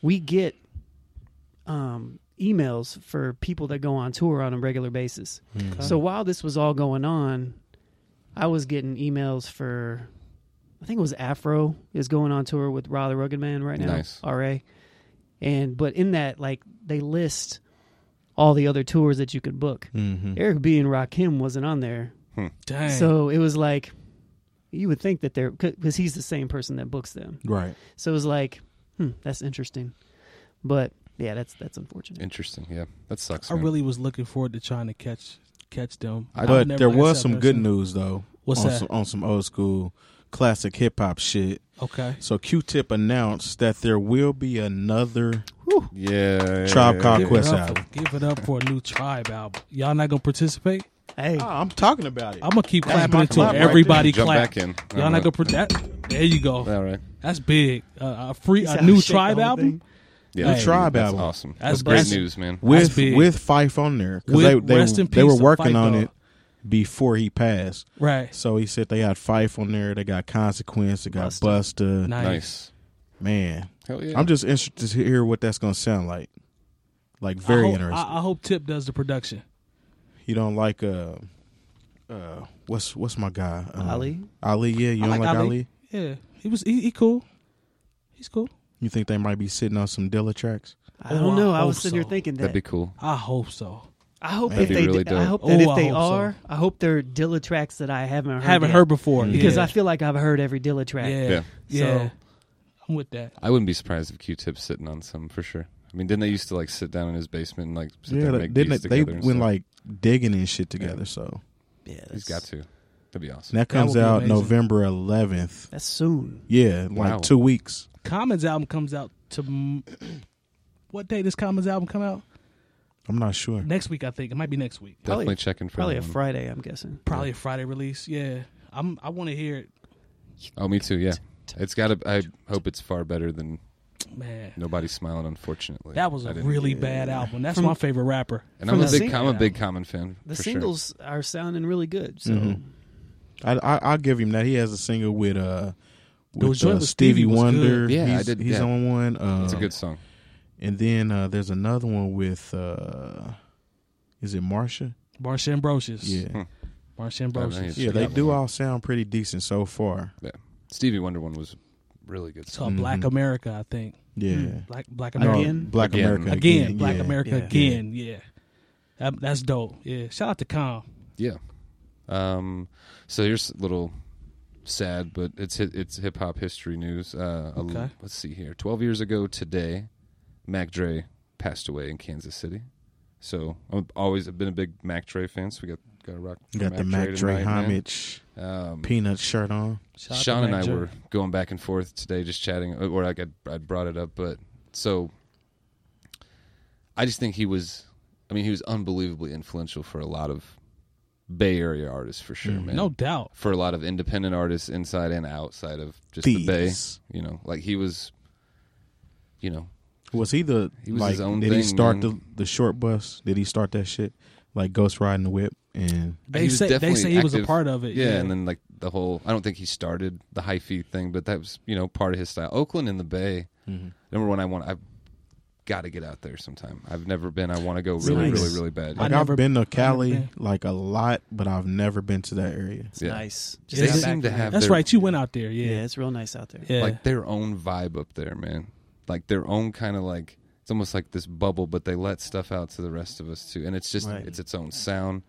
S4: we get um, emails for people that go on tour on a regular basis.
S2: Mm-hmm.
S4: So while this was all going on, I was getting emails for, I think it was Afro is going on tour with Ra the Rugged Man right now,
S3: Nice.
S4: RA. And but in that, like they list all the other tours that you could book.
S2: Mm-hmm.
S4: Eric B and Rakim wasn't on there,
S1: Dang.
S4: so it was like you would think that they're because he's the same person that books them.
S2: Right.
S4: So it was like, hmm, that's interesting, but yeah, that's that's unfortunate.
S3: Interesting. Yeah, that sucks.
S1: I
S3: man.
S1: really was looking forward to trying to catch catch them.
S3: I-
S1: I've
S2: but
S1: never,
S2: there
S1: like I
S2: was
S1: said,
S2: some
S1: I've
S2: good
S1: never
S2: news though.
S1: What's
S2: on
S1: that?
S2: Some, on some old school classic hip hop shit.
S1: seen- Okay.
S2: So Q-Tip announced that there will be another.
S3: Yeah.
S2: Tribe Called
S1: Give it,
S2: Quest
S1: up for,
S2: album.
S1: give it up for a new tribe album. Y'all not gonna participate?
S4: Hey,
S1: Ah,
S2: Ah, I'm talking about it.
S1: I'm gonna keep
S2: That's
S1: clapping
S2: my
S1: until
S2: clap right
S1: everybody
S3: Jump
S1: clap.
S3: back in. Uh-huh.
S1: Y'all not gonna put that? There you go.
S3: All right.
S1: That's big. Uh, a free
S4: He's
S1: a
S4: out
S1: new
S4: of shape,
S1: tribe
S4: the whole
S1: album.
S4: thing.
S3: Yeah.
S1: Hey.
S2: Tribe
S3: that's
S2: album.
S3: Awesome.
S1: That's
S3: That's, great
S1: awesome.
S3: news, man.
S1: That's
S2: with
S1: big.
S2: with Fife on there because they
S1: With-
S2: they,
S1: rest in
S2: they were
S1: peace to
S2: working on
S1: Fife,
S2: it before he passed.
S1: Right.
S2: So he said they got Fife on there. They got Consequence. They got
S4: Busta.
S2: Busta.
S1: Nice.
S3: Nice.
S2: Man,
S3: Hell yeah.
S2: I'm just interested to hear what that's gonna sound like. Like
S1: I
S2: very
S1: hope,
S2: interesting.
S1: I, I hope Tip does the production.
S2: you don't like uh, uh, what's what's my guy Um,
S4: Ali?
S2: Ali, yeah, you
S1: I
S2: don't like,
S1: like
S2: Ali?
S1: Ali. Yeah. He was he, he cool. He's cool.
S2: You think they might be sitting on some Dilla tracks?
S4: I don't
S1: Oh, I
S4: know. I,
S1: hope
S4: was sitting
S1: so.
S4: here thinking that.
S3: That'd be cool.
S1: I hope so.
S4: I hope
S2: That'd
S4: if
S2: be
S4: they,
S3: really
S4: d- I
S3: dope.
S4: hope that
S1: Oh,
S4: if
S1: I
S4: they
S1: hope so.
S4: are, I hope they're Dilla tracks that I haven't heard.
S1: Haven't
S4: yet.
S1: heard before
S4: because
S1: yeah.
S4: I feel like I've heard every Dilla track.
S1: Yeah. Yeah.
S3: Mm. Yeah.
S4: So-
S1: I'm with that.
S3: I wouldn't be surprised if Q-Tip's sitting on some for sure. I mean, didn't they used to like sit down in his basement and like sit there and
S2: like,
S3: make
S2: didn't
S3: beats
S2: they, they
S3: together and
S2: went
S3: stuff?
S2: like digging and shit together. So
S4: Yeah,
S3: He's got to. That'd be awesome.
S2: and that comes
S1: would be
S2: out
S1: amazing.
S2: November 11th.
S4: That's soon.
S2: Yeah,
S3: Wow.
S2: like two weeks.
S1: Commons album comes out to what day does Commons album come out?
S2: I'm not sure.
S1: Next week, I think. It might be next week.
S4: Probably-
S3: Definitely checking for
S4: Probably
S3: that
S4: a
S3: one.
S4: Friday, I'm guessing.
S1: Probably a Friday release. Yeah. I'm I want to hear it,
S3: Oh, me too. Yeah, it's got to. I hope it's far better than
S1: man.
S3: Nobody Smiling. Unfortunately,
S1: That was
S3: I
S1: a
S3: didn't-
S1: really bad album. That's
S4: From-
S1: my favorite rapper.
S3: And
S4: from
S3: I'm a
S4: the
S3: big,
S4: sing-
S3: I'm a big Common fan.
S4: The
S3: for sure. Mm-hmm.
S4: singles are sounding really good. So
S2: Mhm. I, I I'll give him that. He has a single with uh
S1: Those
S2: with,
S1: joint
S2: uh,
S1: with Stevie
S2: Stevie
S1: was
S2: Wonder.
S1: good.
S3: Yeah, I
S2: he's,
S3: did-
S2: he's
S3: yeah.
S2: on one. Um,
S3: It's a good song.
S2: And then uh, there's another one with uh, is it Marsha?
S1: Marsh Ambrosius.
S2: Yeah,
S3: Hmm.
S1: Marsh
S3: I don't
S1: Ambrosius.
S3: know.
S2: yeah. They
S3: Yeah.
S2: do all sound pretty decent so far.
S3: Stevie Wonder one was really good.
S1: It's
S3: Song.
S1: called Black
S2: Mhm.
S1: America, I think.
S2: Yeah,
S1: Black Black
S4: Again?
S1: America.
S2: No, Black
S3: Hmm. Again.
S2: America
S1: again,
S2: again.
S1: Black
S2: yeah.
S1: America
S4: Yeah.
S1: again. Yeah, That- that's dope. Yeah, shout out to Com.
S3: Yeah. Um. So here's a little sad, but it's hi- it's hip hop history news. Uh, a l-
S1: Okay.
S3: Let's see here. Twelve years ago today, Mac Dre passed away in Kansas City. So I've always been a big Mac Dre fan. So we got got to rock.
S2: You got the Mac Dre
S3: tonight, man.
S2: homage
S3: Um,
S2: peanut shirt on.
S1: Shout out to
S3: Sean and
S1: Mac
S3: I
S1: Dre.
S3: were going back and forth today, just chatting, uh, or I got I brought it up, but so I just think he was, I mean, he was unbelievably influential for a lot of Bay Area artists for sure, man.
S1: Mm. no doubt.
S3: for a lot of independent artists inside and outside of just the Bay,
S2: Thieves.
S3: you know, like he was, you know,
S2: Was he the
S3: He was
S2: like?
S3: his own
S2: did he
S3: thing,
S2: start
S3: man.
S2: the the short bus? Did he start that shit like Ghost Riding the Whip and
S1: They
S3: He was
S1: say- they
S3: definitely
S1: say he was a
S3: active.
S1: part of it, yeah.
S3: and then like the whole. I don't think he started the high fee thing, but that was you know part of his style. Oakland and the Bay. Number one, I want. I've got to get out there sometime. I've never been. I want to go really,
S4: nice.
S3: really, really bad.
S2: like
S1: I
S2: I've
S1: never-
S2: been to
S1: I
S2: Cali
S1: never
S2: like a lot, but I've never been to that area.
S4: It's
S3: Yeah.
S4: nice.
S1: They
S4: got
S1: seem
S3: to
S4: there.
S3: have-
S1: That's
S3: they're-
S1: right. You went out there.
S4: Yeah.
S1: Yeah.
S4: it's real nice out there.
S1: Yeah.
S3: like their own vibe up there, man. Like their own kind of like it's almost like this bubble, but they let stuff out to the rest of us too, and it's just
S4: Right.
S3: it's its own sound.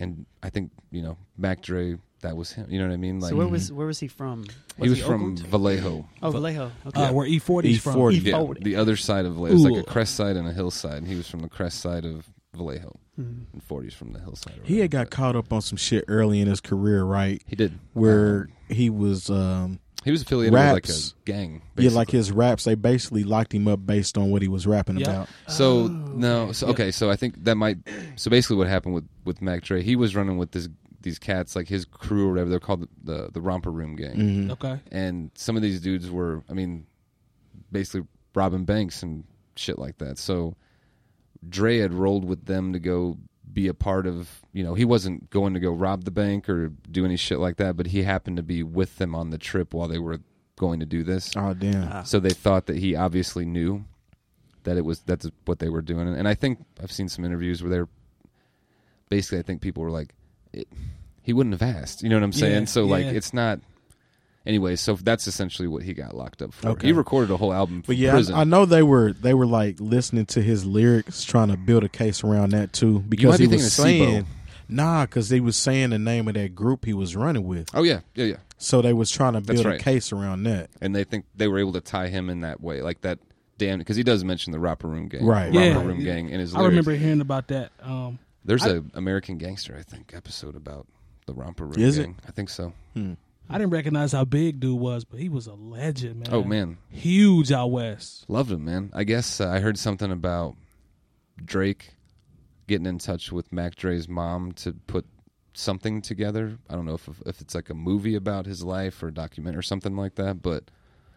S3: And I think you know Mac Dre, that was him. You know what I mean? Like
S4: so where was where was he from?
S3: Mm-hmm. he was from
S4: Oakland?
S3: Vallejo,
S4: Oh Vallejo. Okay.
S1: uh, where E40 is
S3: E
S1: from.
S2: E40.
S3: yeah,
S4: Fold it.
S3: the other side of Vallejo. It was like
S1: Ooh.
S3: a crest side and a hillside, and he was from the crest side of Vallejo,
S4: Mhm.
S3: and forties from the hillside. or
S2: He had
S3: whatever,
S2: got
S3: but-
S2: caught up on some shit early in his career, right?
S3: He did
S2: Where
S3: Um,
S2: he was, um,
S3: he was affiliated
S2: raps.
S3: with like a gang.
S2: yeah, like
S3: basically.
S2: his raps. They basically locked him up based on what he was rapping
S1: Yeah.
S2: about.
S3: So
S4: Oh,
S3: no, so okay, so I think that might. So basically, what happened with with Mac Dre, he was running with this these cats, like his crew or whatever. They're called the the, the Romper Room Gang,
S2: Mhm.
S1: Okay.
S3: and some of these dudes were, I mean, basically robbing banks and shit like that. So Dre had rolled with them to go be a part of. You know, he wasn't going to go rob the bank or do any shit like that, but he happened to be with them on the trip while they were going to do this.
S2: Oh damn!
S4: Ah.
S3: So they thought that he obviously knew that it was that's what they were doing, and I think I've seen some interviews where they're basically I think people were like, it, he wouldn't have asked, you know what I'm saying?
S1: Yeah,
S3: so like
S1: yeah.
S3: it's not. Anyway, so that's essentially what he got locked up for.
S2: Okay.
S3: He recorded a whole album from
S2: But yeah,
S3: prison.
S2: I, I know they were they were like listening to his lyrics, trying to build a case around that too, because
S3: be
S2: he was
S3: thinking of
S2: saying, nah, because he was saying the name of that group he was running with.
S3: oh yeah, yeah, yeah.
S2: So they was trying to
S3: That's
S2: build
S3: right.
S2: a case around that.
S3: And they think they were able to tie him in that way, like that. Damn, because he does mention the Rapper Room Gang,
S2: Right.
S3: Rapper
S1: Yeah.
S3: Room Gang in his
S1: I
S3: lyrics.
S1: remember hearing about that. Um,
S3: There's
S1: I-
S3: a American Gangster, I think, episode about the Romper Room
S2: Is it?
S3: Gang. I think so.
S1: I didn't recognize how big dude was, but he was a legend, man.
S3: Oh man,
S1: Huge out west.
S3: Loved him, man. I guess uh, I heard something about Drake getting in touch with Mac Dre's mom to put something together. I don't know if if it's like a movie about his life or a document or something like that. But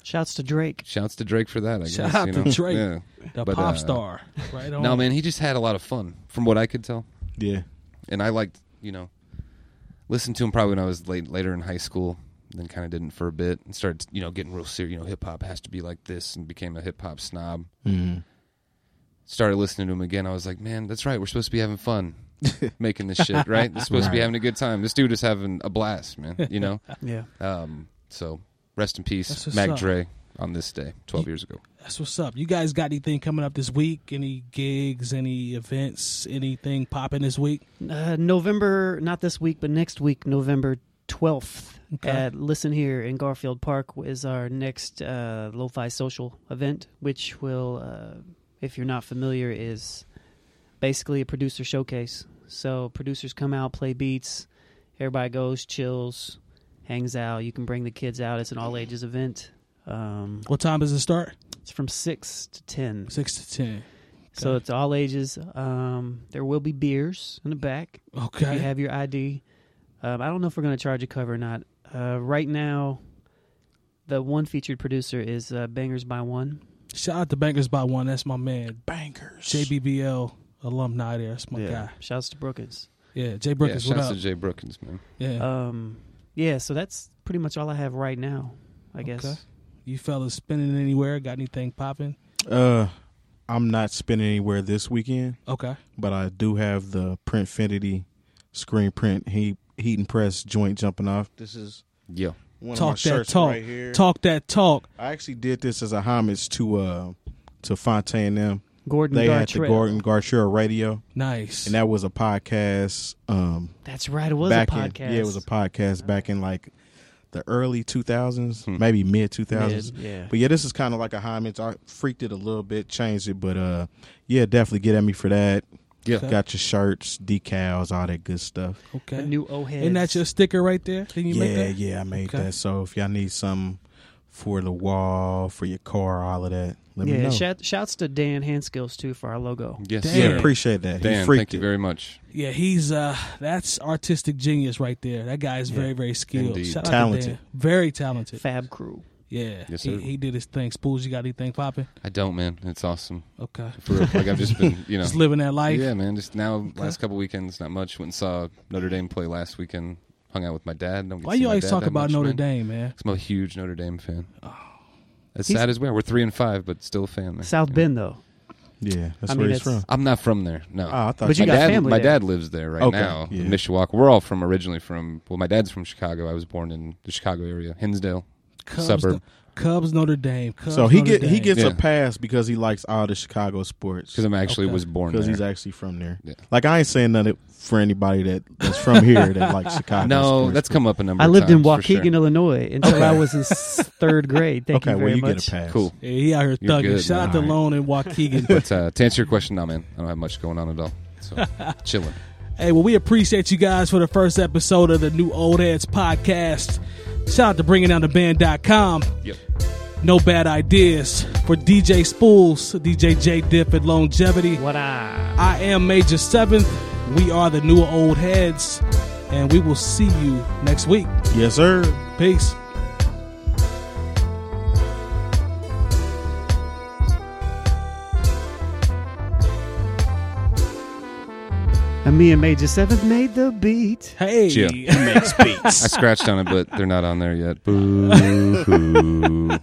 S4: Shouts to Drake.
S3: shouts to Drake for that. I
S1: Shout
S3: guess.
S1: out
S3: you
S1: to
S3: know?
S1: Drake.
S3: Yeah.
S1: The
S3: But,
S1: pop
S3: uh,
S1: star. Right on.
S3: No, man, he just had a lot of fun, from what I could tell.
S2: Yeah,
S3: And I liked, you know, listened to him probably when I was late, later in high school. Then kind of didn't for a bit and started, you know, getting real serious. You know, hip hop has to be like this, and became a hip hop snob.
S2: Mhm.
S3: started listening to him again, I was like, man, that's right. We're supposed to be having fun making this shit, right? We're supposed to be
S2: Right.
S3: having a good time. This dude is having a blast, man. You know.
S4: Yeah.
S3: um, so rest in
S1: That's
S3: peace,
S1: what's
S3: Mac
S1: up.
S3: Dre, on this day, twelve years ago.
S1: That's what's up. You guys got anything coming up this week? Any gigs, any events, anything popping this week?
S4: Uh, November, not this week, but next week, November 12th
S1: Okay.
S4: at Listen Here in Garfield Park is our next uh, Lo-Fi Social event, which will, uh, if you're not familiar, is basically a producer showcase. So producers come out, play beats, everybody goes, chills, hangs out. You can bring the kids out. It's an all ages event. Um,
S1: What time does it start?
S4: it's from six to ten,
S1: Six to ten.
S4: so it's all ages. Um, there will be beers in the back. If
S1: Okay.
S4: you have your ID. Um, I don't know if we're going to charge a cover or not. Uh, right now, the one featured producer is uh, Bangers by One.
S1: Shout out to Bankers by One. That's my man.
S2: bankers.
S1: JBBL alumni there. That's Oh my guy.
S4: Shouts to Brookins.
S1: Yeah. Jay Brookins.
S3: yeah,
S1: what
S3: shouts
S1: up?
S3: to Jay Brookins, man.
S1: yeah.
S4: Um, yeah, so that's pretty much all I have right now, I
S1: Okay.
S4: guess.
S1: you fellas spinning anywhere? Got anything popping?
S2: Uh, I'm not spending anywhere this weekend,
S1: Okay.
S2: but I do have the Printfinity screen print heat heat and press joint jumping off. This is
S3: Yeah,
S2: one
S1: Talk that talk.
S2: here.
S1: Talk that talk.
S2: I actually did this as a homage to uh to Fontaine them.
S4: Gordon
S2: They had the
S4: Gartrell.
S2: Gordon Garcia Radio,
S1: Nice.
S2: and that was a podcast. Um,
S4: That's right. It was
S2: back
S4: a podcast.
S2: In, yeah, it was a podcast back in like the early 2000s,
S3: Hmm.
S2: maybe mid 2000s.
S4: Mid, yeah.
S2: But yeah, this is kind of like a homage. I freaked it a little bit, changed it, but uh, yeah, definitely get at me for that.
S3: yeah.
S1: Okay.
S2: Got your shirts, decals, all that good stuff.
S1: okay.
S4: The new O head.
S1: Isn't that your sticker right there? Can you
S2: yeah,
S1: make that?
S2: yeah, I made
S1: Okay.
S2: that. So if y'all need some for the wall, for your car, all of that, let me
S4: Yeah,
S2: know.
S4: shout, shouts to Dan Handskills, too, for our logo.
S3: Yes,
S1: Damn.
S2: yeah,
S3: sir.
S2: appreciate that. he
S3: Dan,
S2: freaked
S3: thank you
S2: it.
S3: very much.
S1: Yeah, he's uh that's artistic genius right there. That guy is
S2: Yeah.
S1: very, very skilled.
S3: Indeed.
S1: Shout out to
S2: Talented.
S1: Dan. Very talented.
S4: Fab Crew.
S1: Yeah,
S3: Yes,
S1: he,
S3: sir.
S1: he did his thing. Spools, you got anything popping?
S3: I don't, man. It's awesome.
S1: Okay,
S3: For real. like I've just been, you know,
S1: just living that life.
S3: yeah, man. Just now, last couple weekends, not much. Went and saw Notre Dame play last weekend. Hung out with my dad. Don't get to
S1: Why
S3: see
S1: you
S3: my
S1: always
S3: dad
S1: talk
S3: that
S1: about
S3: much,
S1: Notre
S3: man.
S1: Dame, man?
S3: 'Cause I'm a huge Notre Dame fan. As
S4: Oh. He's-
S3: sad as we are, we're three and five, but still a fan. Man.
S4: South
S3: You know?
S4: Bend, though.
S2: Yeah, that's where
S4: I mean,
S2: he's
S4: it's-
S2: from.
S3: I'm not from there. No.
S2: Oh, I thought
S4: But you
S3: my
S4: got
S3: dad,
S4: family
S3: my
S4: there.
S3: dad lives there right
S2: Okay,
S3: now,
S2: yeah.
S3: in Mishawaka. We're all from originally from. Well, my dad's from Chicago. I was born in the Chicago area, Hinsdale.
S1: Cubs,
S3: Suburb.
S1: Cubs, Notre Dame. Cubs,
S2: so he
S1: Notre
S2: get he
S1: Dame.
S2: gets
S3: Yeah.
S2: a pass because he likes all the Chicago sports
S3: Because I'm actually
S1: Okay.
S3: was born there.
S2: because he's actually from there.
S3: Yeah.
S2: Like I ain't saying nothing for anybody that that's from here that likes Chicago.
S3: no,
S2: sports,
S3: that's
S2: but-
S3: come up a number.
S4: I
S3: of
S4: lived in
S3: times, for sure.
S4: Waukegan, Illinois until I was in s- third grade. Thank
S2: okay.
S4: you very
S2: well, you
S4: much.
S2: get a pass.
S3: Cool.
S1: Yeah, he out here
S3: You're
S1: thugging.
S3: good,
S1: Shout out to
S2: man.
S1: Lone and Waukegan.
S3: But uh, to answer your question, no, man, I don't have much going on at all. So chilling.
S1: Hey, well, we appreciate you guys for the first episode of the new Old Heads podcast. Shout out to bringing down the band.com.
S3: Yep.
S1: No bad ideas. For DJ Spools, DJ J Diff at Longevity,
S4: What I
S1: I am Major 7th. We are the new Old Heads, and we will see you next week.
S2: Yes, sir.
S1: Peace.
S4: and me and Major Seventh made the beat.
S1: Hey.
S3: Yeah.
S1: makes beats.
S3: I scratched on it, but they're not on there yet. Boo hoo.